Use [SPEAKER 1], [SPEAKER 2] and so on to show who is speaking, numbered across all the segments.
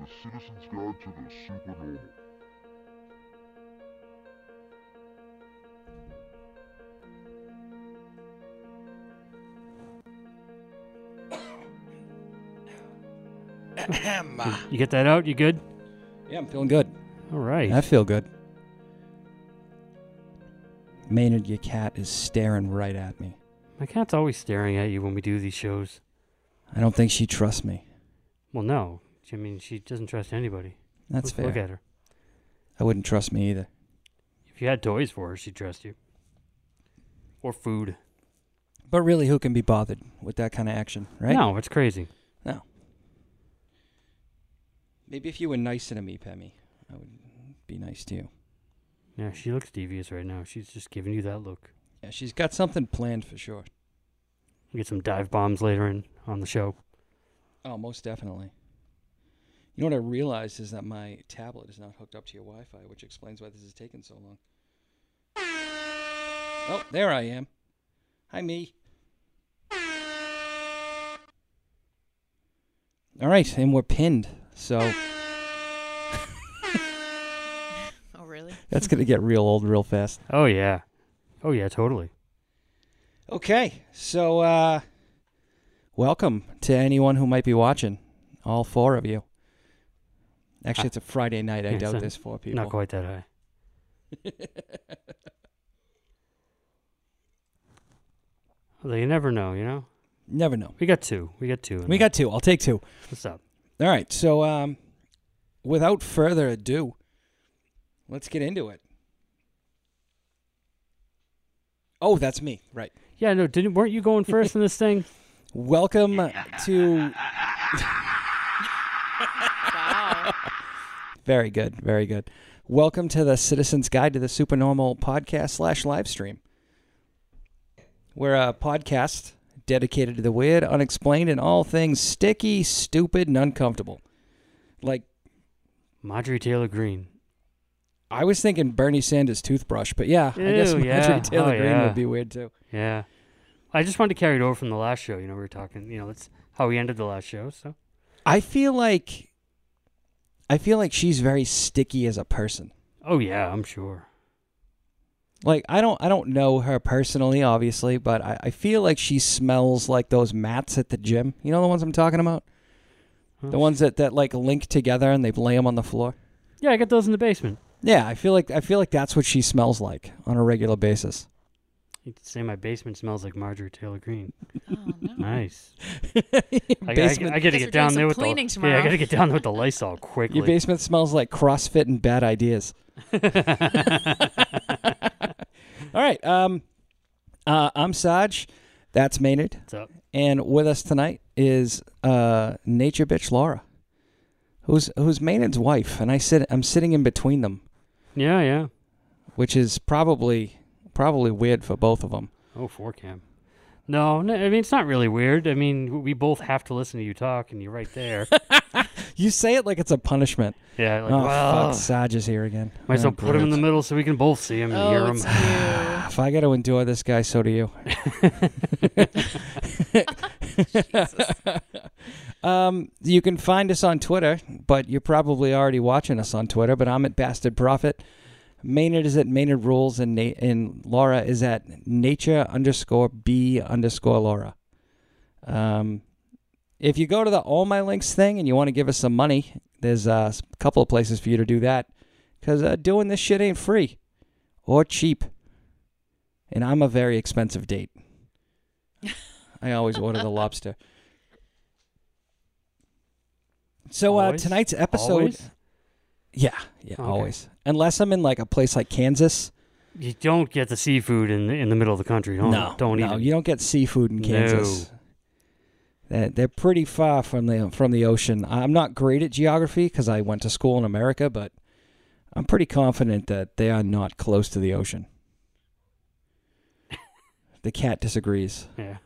[SPEAKER 1] The Citizen's Guide to the Supernormal.
[SPEAKER 2] Ahem.
[SPEAKER 3] You get that out? You good?
[SPEAKER 2] Yeah, I'm feeling good.
[SPEAKER 3] All right.
[SPEAKER 2] I feel good. Maynard, your cat is staring right at me.
[SPEAKER 3] My cat's always staring at you when we do these shows.
[SPEAKER 2] I don't think she trusts me.
[SPEAKER 3] Well, no. She- I mean, she doesn't trust anybody.
[SPEAKER 2] That's
[SPEAKER 3] Look-
[SPEAKER 2] fair.
[SPEAKER 3] Look at her.
[SPEAKER 2] I wouldn't trust me either.
[SPEAKER 3] If you had toys for her, she'd trust you. Or food.
[SPEAKER 2] But really, who can be bothered with that kind of action, right?
[SPEAKER 3] No, it's crazy.
[SPEAKER 2] Maybe if you were nicer to me, Pemmy, I would be nice to you.
[SPEAKER 3] Yeah, she looks devious right now. She's just giving you that look.
[SPEAKER 2] Yeah, she's got something planned for sure.
[SPEAKER 3] You get some dive bombs later in on the show.
[SPEAKER 2] Oh, most definitely. You know what I realized is that my tablet is not hooked up to your Wi-Fi, which explains why this is taking so long. Oh, there I am. Hi, me. All right, and we're pinned, so
[SPEAKER 4] Oh, really?
[SPEAKER 2] that's gonna get real old real fast.
[SPEAKER 3] Oh, yeah. Oh, yeah, totally.
[SPEAKER 2] Okay, so uh, welcome to anyone who might be watching, all four of you. Actually, it's a Friday night. I
[SPEAKER 3] Yeah,
[SPEAKER 2] doubt
[SPEAKER 3] so-
[SPEAKER 2] there's four people.
[SPEAKER 3] Not quite that high. Well, you never know, you know?
[SPEAKER 2] Never know.
[SPEAKER 3] We got two. We got two. in
[SPEAKER 2] We
[SPEAKER 3] there.
[SPEAKER 2] got two. I'll take two.
[SPEAKER 3] What's up?
[SPEAKER 2] All right. So, um, without further ado, let's get into it. Oh, that's me. Right.
[SPEAKER 3] Yeah, no, didn't weren't you going first in this thing?
[SPEAKER 2] Welcome to.
[SPEAKER 4] Wow.
[SPEAKER 2] Very good. Very good. Welcome to the Citizen's Guide to the Supernormal podcast slash live stream. We're a podcast dedicated to the weird, unexplained, and all things sticky, stupid, and uncomfortable. Like,
[SPEAKER 3] Marjorie Taylor Green.
[SPEAKER 2] I was thinking Bernie Sanders toothbrush, but yeah, I guess
[SPEAKER 3] Ew,
[SPEAKER 2] Marjorie
[SPEAKER 3] yeah.
[SPEAKER 2] Taylor
[SPEAKER 3] Oh,
[SPEAKER 2] Greene
[SPEAKER 3] yeah.
[SPEAKER 2] would be weird too.
[SPEAKER 3] Yeah. I just wanted to carry it over from the last show. You know, we were talking, you know, that's how we ended the last show. So,
[SPEAKER 2] I feel like I feel like she's very sticky as a person.
[SPEAKER 3] oh, yeah, I'm sure.
[SPEAKER 2] Like I don't I don't know her personally, obviously, but I, I feel like she smells like those mats at the gym. You know the ones I'm talking about? The
[SPEAKER 3] Oh,
[SPEAKER 2] ones that, that like link together and they lay them on the floor.
[SPEAKER 3] Yeah, I got those in the basement.
[SPEAKER 2] Yeah, I feel like I feel like that's what she smells like on a regular basis.
[SPEAKER 3] You could say my basement smells like Marjorie Taylor Green.
[SPEAKER 4] Oh, no.
[SPEAKER 3] Nice. I, I,
[SPEAKER 2] basement,
[SPEAKER 3] I gotta
[SPEAKER 4] Guess we're doing
[SPEAKER 3] get down
[SPEAKER 4] some
[SPEAKER 3] there with
[SPEAKER 4] cleaning
[SPEAKER 3] the yeah.
[SPEAKER 4] tomorrow.
[SPEAKER 3] I gotta get down there with the Lysol quickly.
[SPEAKER 2] your basement smells like CrossFit and bad ideas. All right. Um, uh, I'm Saj. That's Maynard.
[SPEAKER 3] What's up?
[SPEAKER 2] And with us tonight is uh, Nature Bitch Laura, who's who's Maynard's wife, and I sit I'm sitting in between them,
[SPEAKER 3] Yeah, yeah.
[SPEAKER 2] which is probably probably weird for both of them.
[SPEAKER 3] Oh, four cam. No, no, I mean it's not really weird. I mean we both have to listen to you talk, and you're right there.
[SPEAKER 2] You say it like it's a punishment.
[SPEAKER 3] yeah, like
[SPEAKER 2] oh
[SPEAKER 3] well,
[SPEAKER 2] fuck, Saj is here again.
[SPEAKER 3] might as well
[SPEAKER 2] Oh,
[SPEAKER 3] put him in the middle so we can both see him and hear
[SPEAKER 4] Oh,
[SPEAKER 3] him.
[SPEAKER 4] it's you.
[SPEAKER 2] Ah, If I got to endure this guy, so do you. um, you can find us on Twitter, but you're probably already watching us on Twitter. But I'm at Bastard Prophet. Maynard is at Maynard Rules, and Na- and Laura is at Nature underscore B underscore Laura. Um, if you go to the All My Links thing and you want to give us some money, there's uh, a couple of places for you to do that because uh, doing this shit ain't free or cheap and I'm a very expensive date. I always order the lobster. So uh,
[SPEAKER 3] Always?
[SPEAKER 2] tonight's episode,
[SPEAKER 3] Always?
[SPEAKER 2] yeah, yeah,
[SPEAKER 3] Okay.
[SPEAKER 2] always. Unless I'm in like a place like Kansas,
[SPEAKER 3] You don't get the seafood in the, in the middle of the country. Don't,
[SPEAKER 2] no,
[SPEAKER 3] don't eat
[SPEAKER 2] no,
[SPEAKER 3] it.
[SPEAKER 2] you don't get seafood in
[SPEAKER 3] No.
[SPEAKER 2] Kansas. They're, they're pretty far from the from the ocean. I'm not great at geography because I went to school in America, but I'm pretty confident that they are not close to the ocean. the cat disagrees.
[SPEAKER 3] Yeah,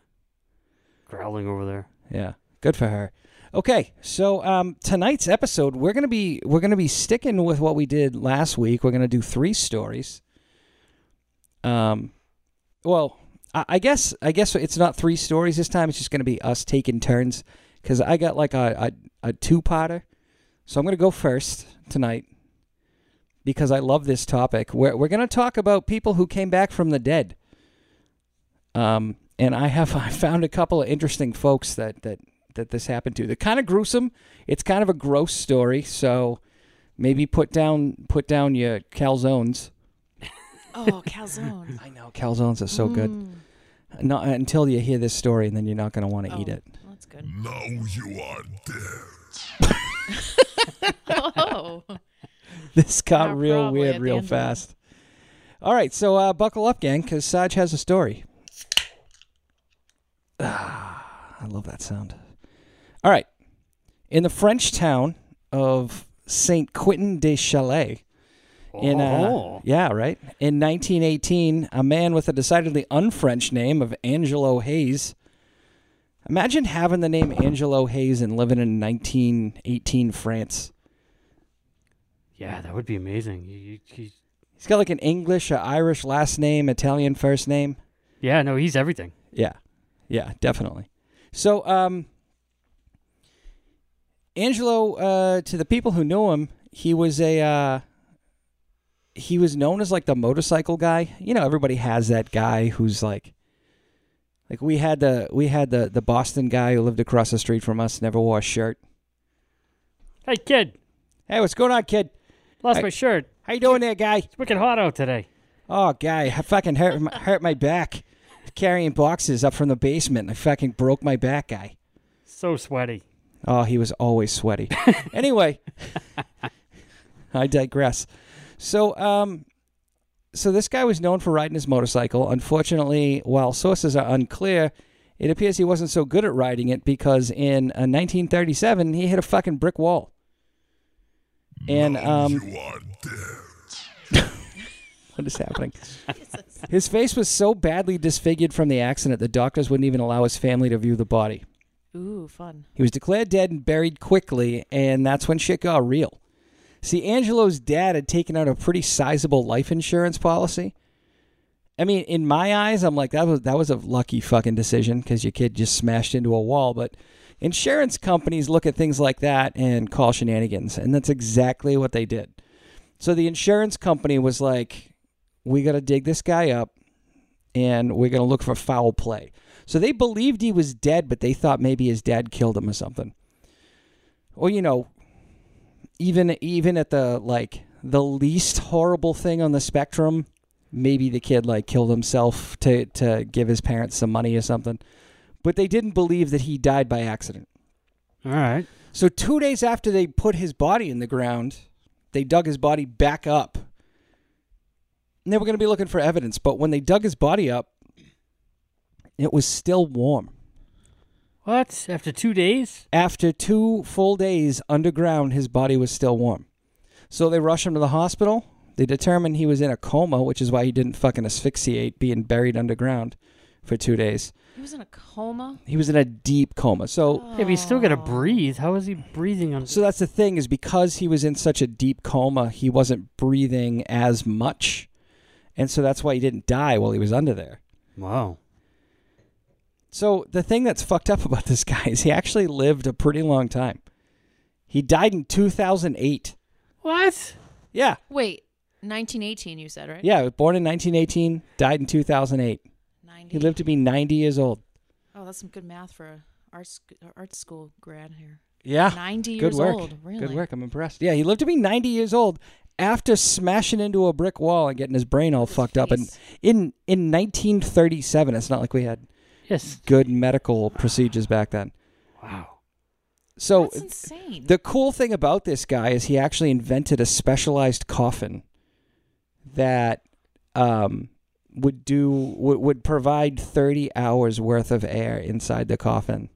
[SPEAKER 3] growling over there.
[SPEAKER 2] Yeah, good for her. Okay, so um, tonight's episode, we're gonna be we're gonna be sticking with what we did last week. We're gonna do three stories. Um, well, I, I guess I guess it's not three stories this time. It's just gonna be us taking turns because I got like a a, a two potter, So I'm going to go first tonight because I love this topic. We're, we're going to talk about people who came back from the dead. Um, and I have I found a couple of interesting folks that, that, that this happened to. They're kind of gruesome. It's kind of a gross story. So maybe put down put down your calzones.
[SPEAKER 4] Oh, calzone.
[SPEAKER 2] I know calzones are so good.
[SPEAKER 4] Mm.
[SPEAKER 2] Not until you hear this story, and then you're not going to want to
[SPEAKER 4] Oh,
[SPEAKER 2] eat it.
[SPEAKER 4] That's good.
[SPEAKER 1] Now Oh, you are dead.
[SPEAKER 4] Oh,
[SPEAKER 2] This got
[SPEAKER 4] Yeah,
[SPEAKER 2] real
[SPEAKER 4] probably at
[SPEAKER 2] weird
[SPEAKER 4] the
[SPEAKER 2] real
[SPEAKER 4] end of it.
[SPEAKER 2] fast. All right, so uh, buckle up, gang, because Saj has a story. Ah, I love that sound. All right. In the French town of Saint Quentin des Chalets, in uh,
[SPEAKER 3] oh.
[SPEAKER 2] yeah, right. In 1918, a man with a decidedly un-French name of Angelo Hayes. Imagine having the name Angelo Hayes and living in 1918 France.
[SPEAKER 3] yeah, that would be amazing. You, you, you-
[SPEAKER 2] He's got like an English, or Irish last name, Italian first name.
[SPEAKER 3] yeah, no, he's everything.
[SPEAKER 2] Yeah, yeah, definitely. So, um, Angelo, uh, to the people who knew him, he was a uh, he was known as like the motorcycle guy. You know, everybody has that guy who's like, like we had the we had the the Boston guy who lived across the street from us, never wore a shirt.
[SPEAKER 3] Hey, kid,
[SPEAKER 2] Hey, what's going on, kid?
[SPEAKER 3] lost
[SPEAKER 2] Hey.
[SPEAKER 3] my shirt.
[SPEAKER 2] How you doing there, guy?
[SPEAKER 3] It's wicked hot out today.
[SPEAKER 2] Oh, guy, I fucking hurt my, hurt my back carrying boxes up from the basement. I fucking broke my back, guy.
[SPEAKER 3] So sweaty.
[SPEAKER 2] Oh, he was always sweaty. anyway, I digress. So, um, so this guy was known for riding his motorcycle. Unfortunately, while sources are unclear, it appears he wasn't so good at riding it because in uh, 1937 he hit a fucking brick wall. And um,
[SPEAKER 1] You are dead.
[SPEAKER 2] what is happening? His face was so badly disfigured from the accident, the doctors wouldn't even allow his family to view the body.
[SPEAKER 4] ooh, fun.
[SPEAKER 2] He was declared dead and buried quickly, and that's when shit got real. See, Angelo's dad had taken out a pretty sizable life insurance policy. I mean, in my eyes, I'm like that was that was a lucky fucking decision because your kid just smashed into a wall. But insurance companies look at things like that and call shenanigans, and that's exactly what they did. So the insurance company was like, "We got to dig this guy up, and we're gonna look for foul play." So they believed he was dead, but they thought maybe his dad killed him or something. Or you know, even even at the like the least horrible thing on the spectrum, maybe the kid like killed himself to to give his parents some money or something. But they didn't believe that he died by accident.
[SPEAKER 3] All right.
[SPEAKER 2] So two days after they put his body in the ground, they dug his body back up. And they were going to be looking for evidence, but when they dug his body up, it was still warm.
[SPEAKER 3] What? After two days?
[SPEAKER 2] After two full days underground, his body was still warm. So they rushed him to the hospital. They determined he was in a coma, which is why he didn't fucking asphyxiate being buried underground for two days.
[SPEAKER 4] He was in a coma.
[SPEAKER 2] He was in a deep coma. So
[SPEAKER 3] Yeah, but he's still got to
[SPEAKER 4] Oh.
[SPEAKER 3] breathe. How is he breathing on?
[SPEAKER 2] so that's the thing is because he was in such a deep coma, he wasn't breathing as much. And so that's why he didn't die while he was under there.
[SPEAKER 3] Wow.
[SPEAKER 2] So the thing that's fucked up about this guy is he actually lived a pretty long time. He died in 2008.
[SPEAKER 3] What?
[SPEAKER 2] Yeah.
[SPEAKER 4] Wait, 1918, you said, right?
[SPEAKER 2] Yeah, born in 1918, died in 2008.
[SPEAKER 4] 90.
[SPEAKER 2] He lived to be 90 years old.
[SPEAKER 4] Oh, that's some good math for a art, sc- art school grad here.
[SPEAKER 2] Yeah.
[SPEAKER 4] 90
[SPEAKER 2] Ah, Good
[SPEAKER 4] years
[SPEAKER 2] work.
[SPEAKER 4] old. Really?
[SPEAKER 2] Good work. I'm impressed. Yeah, he lived to be 90 years old after smashing into a brick wall and getting his brain all
[SPEAKER 4] His
[SPEAKER 2] fucked up. And
[SPEAKER 4] face.
[SPEAKER 2] in in 1937, it's not like we had
[SPEAKER 3] Yes.
[SPEAKER 2] good medical procedures back then.
[SPEAKER 3] Wow.
[SPEAKER 2] So uh,
[SPEAKER 4] That's insane.
[SPEAKER 2] The cool thing about this guy is he actually invented a specialized coffin that um, would do would, would provide 30 hours worth of air inside the coffin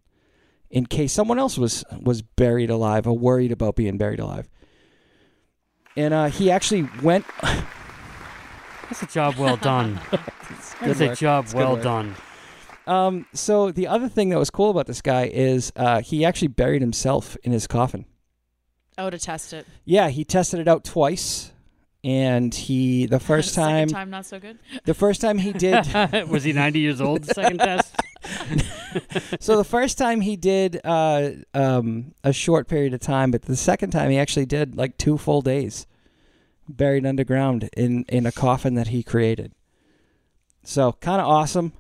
[SPEAKER 2] in case someone else was was buried alive or worried about being buried alive. And uh, he actually went.
[SPEAKER 3] That's a job well done. That's a
[SPEAKER 2] work.
[SPEAKER 3] job
[SPEAKER 2] It's good
[SPEAKER 3] well
[SPEAKER 2] work.
[SPEAKER 3] done.
[SPEAKER 2] Um, so the other thing that was cool about this guy is uh, he actually buried himself in his coffin.
[SPEAKER 4] oh, to test it.
[SPEAKER 2] Yeah, he tested it out twice, and he the first time,
[SPEAKER 4] Second time, not so good.
[SPEAKER 2] the first time he did
[SPEAKER 3] was he 90 years old? the Second test.
[SPEAKER 2] so the first time he did uh, um, a short period of time, but the second time he actually did like two full days, buried underground in in a coffin that he created. So kind of awesome.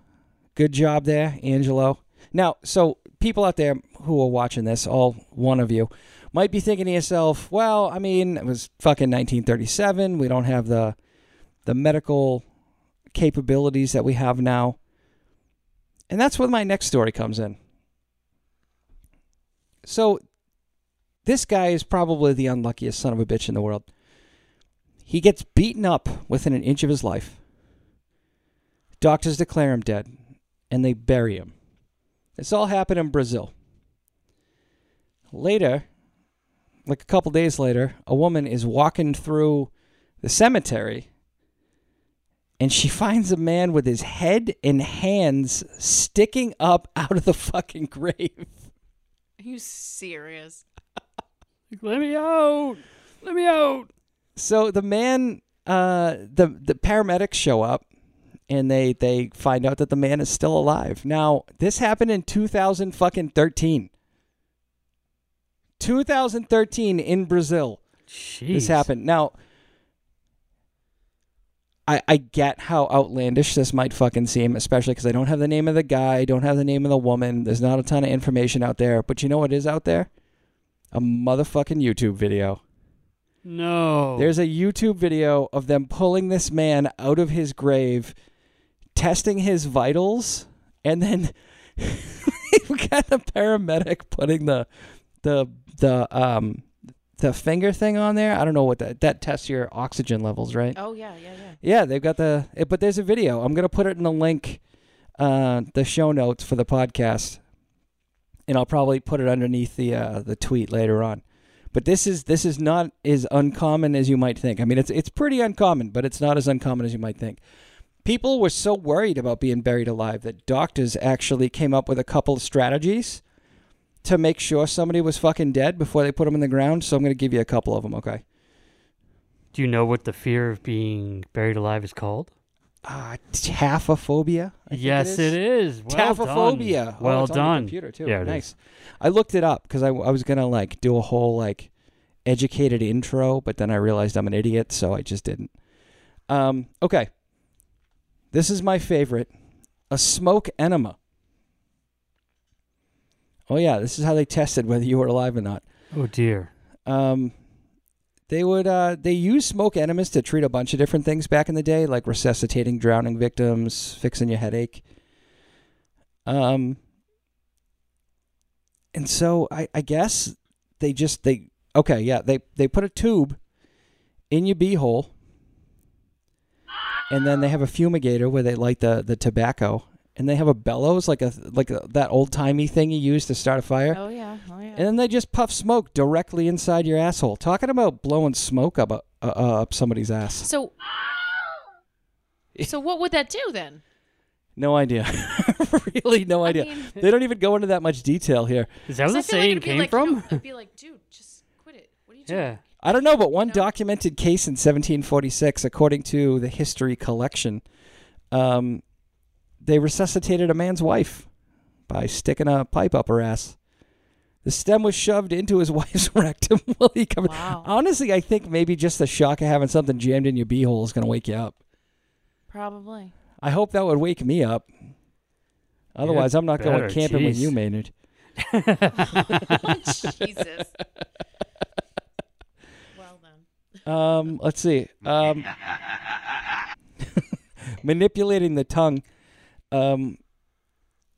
[SPEAKER 2] Good job there, Angelo. Now, so people out there who are watching this, all one of you, might be thinking to yourself, "Well, I mean, it was fucking 1937. We don't have the the medical capabilities that we have now." And that's where my next story comes in. So, this guy is probably the unluckiest son of a bitch in the world. He gets beaten up within an inch of his life. Doctors declare him dead, and they bury him. This all happened in Brazil. Later, like a couple days later, a woman is walking through the cemetery and she finds a man with his head and hands sticking up out of the fucking grave.
[SPEAKER 4] Are you serious?
[SPEAKER 3] Let me out. Let me out.
[SPEAKER 2] So the man, uh, the the paramedics show up, and they they find out that the man is still alive. Now this happened in two thousand fucking thirteen. 2013 in Brazil.
[SPEAKER 3] Jeez.
[SPEAKER 2] This happened. Now, I I get how outlandish this might fucking seem, especially because I don't have the name of the guy, don't have the name of the woman. There's not a ton of information out there, but you know what is out there? A motherfucking YouTube video.
[SPEAKER 3] No.
[SPEAKER 2] There's a YouTube video of them pulling this man out of his grave, testing his vitals, and then you've got the paramedic putting the the the um the finger thing on there. I don't know what that that tests your oxygen levels, right?
[SPEAKER 4] Oh yeah, yeah, yeah.
[SPEAKER 2] Yeah, they've got the. eh, But there's a video. I'm gonna put it in the link, uh, the show notes for the podcast, and I'll probably put it underneath the uh, the tweet later on. But this is this is not as uncommon as you might think. I mean, it's it's pretty uncommon, but it's not as uncommon as you might think. People were so worried about being buried alive that doctors actually came up with a couple of strategies to make sure somebody was fucking dead before they put them in the ground. So I'm gonna give you a couple of them, okay?
[SPEAKER 3] Do you know what the fear of being buried alive is called?
[SPEAKER 2] Uh, taphophobia. I think
[SPEAKER 3] yes, it is. Well done.
[SPEAKER 2] Taphophobia. Oh,
[SPEAKER 3] Well
[SPEAKER 2] it's on your
[SPEAKER 3] done.
[SPEAKER 2] computer too.
[SPEAKER 3] Yeah, it is.
[SPEAKER 2] nice. I looked it up because I, I was gonna like do a whole like educated intro, but then I realized I'm an idiot, so I just didn't. Um, okay. This is my favorite: a smoke enema. Oh yeah, this is how they tested whether you were alive or not.
[SPEAKER 3] Oh dear.
[SPEAKER 2] Um, they would uh, they used smoke enemas to treat a bunch of different things back in the day, like resuscitating drowning victims, fixing your headache. Um, and so I, I guess they just they okay yeah they they put a tube in your beehole, and then they have a fumigator where they light the the tobacco, and they have a bellows like a like a, that old timey thing you use to start a fire.
[SPEAKER 4] Oh yeah, oh yeah.
[SPEAKER 2] And then they just puff smoke directly inside your asshole. Talking about blowing smoke up uh, uh, up somebody's ass.
[SPEAKER 4] so, so what would that do then?
[SPEAKER 2] No idea. really, no idea.
[SPEAKER 4] mean-
[SPEAKER 2] they don't even go into that much detail here.
[SPEAKER 3] Is that where
[SPEAKER 4] 'Cause I
[SPEAKER 3] the
[SPEAKER 4] feel like
[SPEAKER 3] saying
[SPEAKER 4] it'd be
[SPEAKER 3] came
[SPEAKER 4] like,
[SPEAKER 3] from?
[SPEAKER 4] You know, it'd be like, dude, just quit it. What are you doing?
[SPEAKER 3] yeah.
[SPEAKER 2] I don't know, but one
[SPEAKER 4] No.
[SPEAKER 2] documented case in 1746, according to the history collection, um, they resuscitated a man's wife by sticking a pipe up her ass. The stem was shoved into his wife's rectum while he covered.
[SPEAKER 4] Wow.
[SPEAKER 2] Honestly, I think maybe just the shock of having something jammed in your beehole is going to wake you up.
[SPEAKER 4] Probably.
[SPEAKER 2] I hope that would wake me up. Otherwise, I'm not going
[SPEAKER 3] better,
[SPEAKER 2] camping with
[SPEAKER 3] jeez.
[SPEAKER 2] you, Maynard.
[SPEAKER 4] Jesus. well then.
[SPEAKER 2] Um, let's see.
[SPEAKER 3] Mm.
[SPEAKER 2] Um, manipulating the tongue. Um,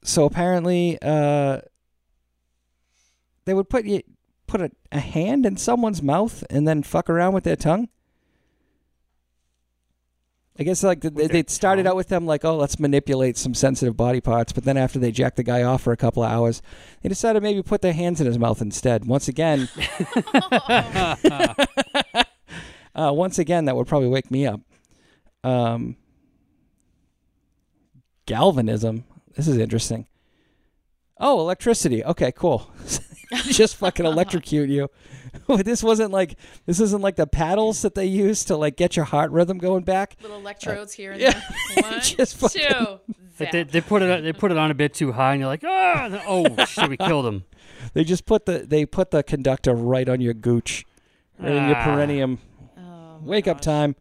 [SPEAKER 2] so apparently, uh, they would put you put a, a hand in someone's mouth and then fuck around with their tongue. I guess like they,
[SPEAKER 3] their
[SPEAKER 2] they started
[SPEAKER 3] tongue?
[SPEAKER 2] out with them like, oh, let's manipulate some sensitive body parts, but then after they jacked the guy off for a couple of hours, they decided maybe put their hands in his mouth instead. Once again, uh, once again, that would probably wake me up. Um, galvanism. This is interesting. Oh, electricity. Okay, cool. just fucking electrocute you. this wasn't like this isn't like the paddles that they use to like get your heart rhythm going back.
[SPEAKER 4] Little electrodes here and
[SPEAKER 2] yeah.
[SPEAKER 4] there. One,
[SPEAKER 2] Just fucking-
[SPEAKER 4] two.
[SPEAKER 3] Like
[SPEAKER 4] zap.
[SPEAKER 3] they, they put it they put it on a bit too high, and you're like, ah, and then, oh shit, we killed him.
[SPEAKER 2] They just put the they put the conductor right on your gooch, right in your
[SPEAKER 3] Ah.
[SPEAKER 2] perineum.
[SPEAKER 4] Oh, my
[SPEAKER 2] Wake up
[SPEAKER 4] gosh.
[SPEAKER 2] time.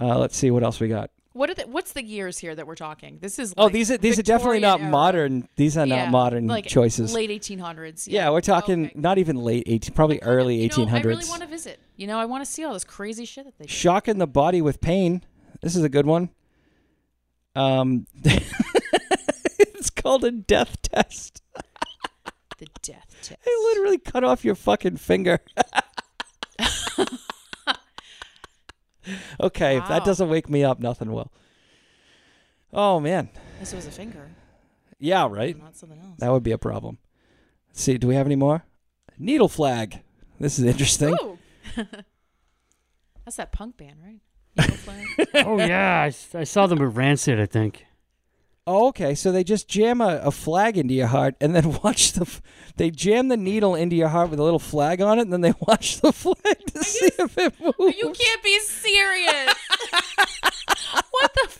[SPEAKER 2] Uh, let's see what else we got.
[SPEAKER 4] What are the, what's the years here that we're talking? This is
[SPEAKER 2] Oh,
[SPEAKER 4] like
[SPEAKER 2] these are these are definitely
[SPEAKER 4] Victorian
[SPEAKER 2] not
[SPEAKER 4] era.
[SPEAKER 2] modern. These are
[SPEAKER 4] Yeah,
[SPEAKER 2] not modern
[SPEAKER 4] like
[SPEAKER 2] choices.
[SPEAKER 4] Late 1800s.
[SPEAKER 2] yeah, we're talking
[SPEAKER 4] Okay.
[SPEAKER 2] not even late 18, probably early
[SPEAKER 4] You know,
[SPEAKER 2] 1800s.
[SPEAKER 4] I really want to visit. You know, I want to see all this crazy shit that they do.
[SPEAKER 2] Shocking the body with pain. This is a good one. Um, it's called a death test.
[SPEAKER 4] The death test.
[SPEAKER 2] They literally cut off your fucking finger. okay, if that
[SPEAKER 4] Wow.
[SPEAKER 2] doesn't wake me up, nothing will. Oh man,
[SPEAKER 4] This was a finger,
[SPEAKER 2] yeah, right.
[SPEAKER 4] not something else.
[SPEAKER 2] That would be a problem. Let's see, do we have any more? Needle flag. This is interesting.
[SPEAKER 4] Ooh. That's that punk band, right? Needle Flag?
[SPEAKER 3] Oh yeah, I, s- I saw them with Rancid, I think.
[SPEAKER 2] Oh, okay. So they just jam a, a flag into your heart and then watch the. f- They jam the needle into your heart with a little flag on it and then they watch the flag to see if it moves.
[SPEAKER 4] you can't be serious. what the? F-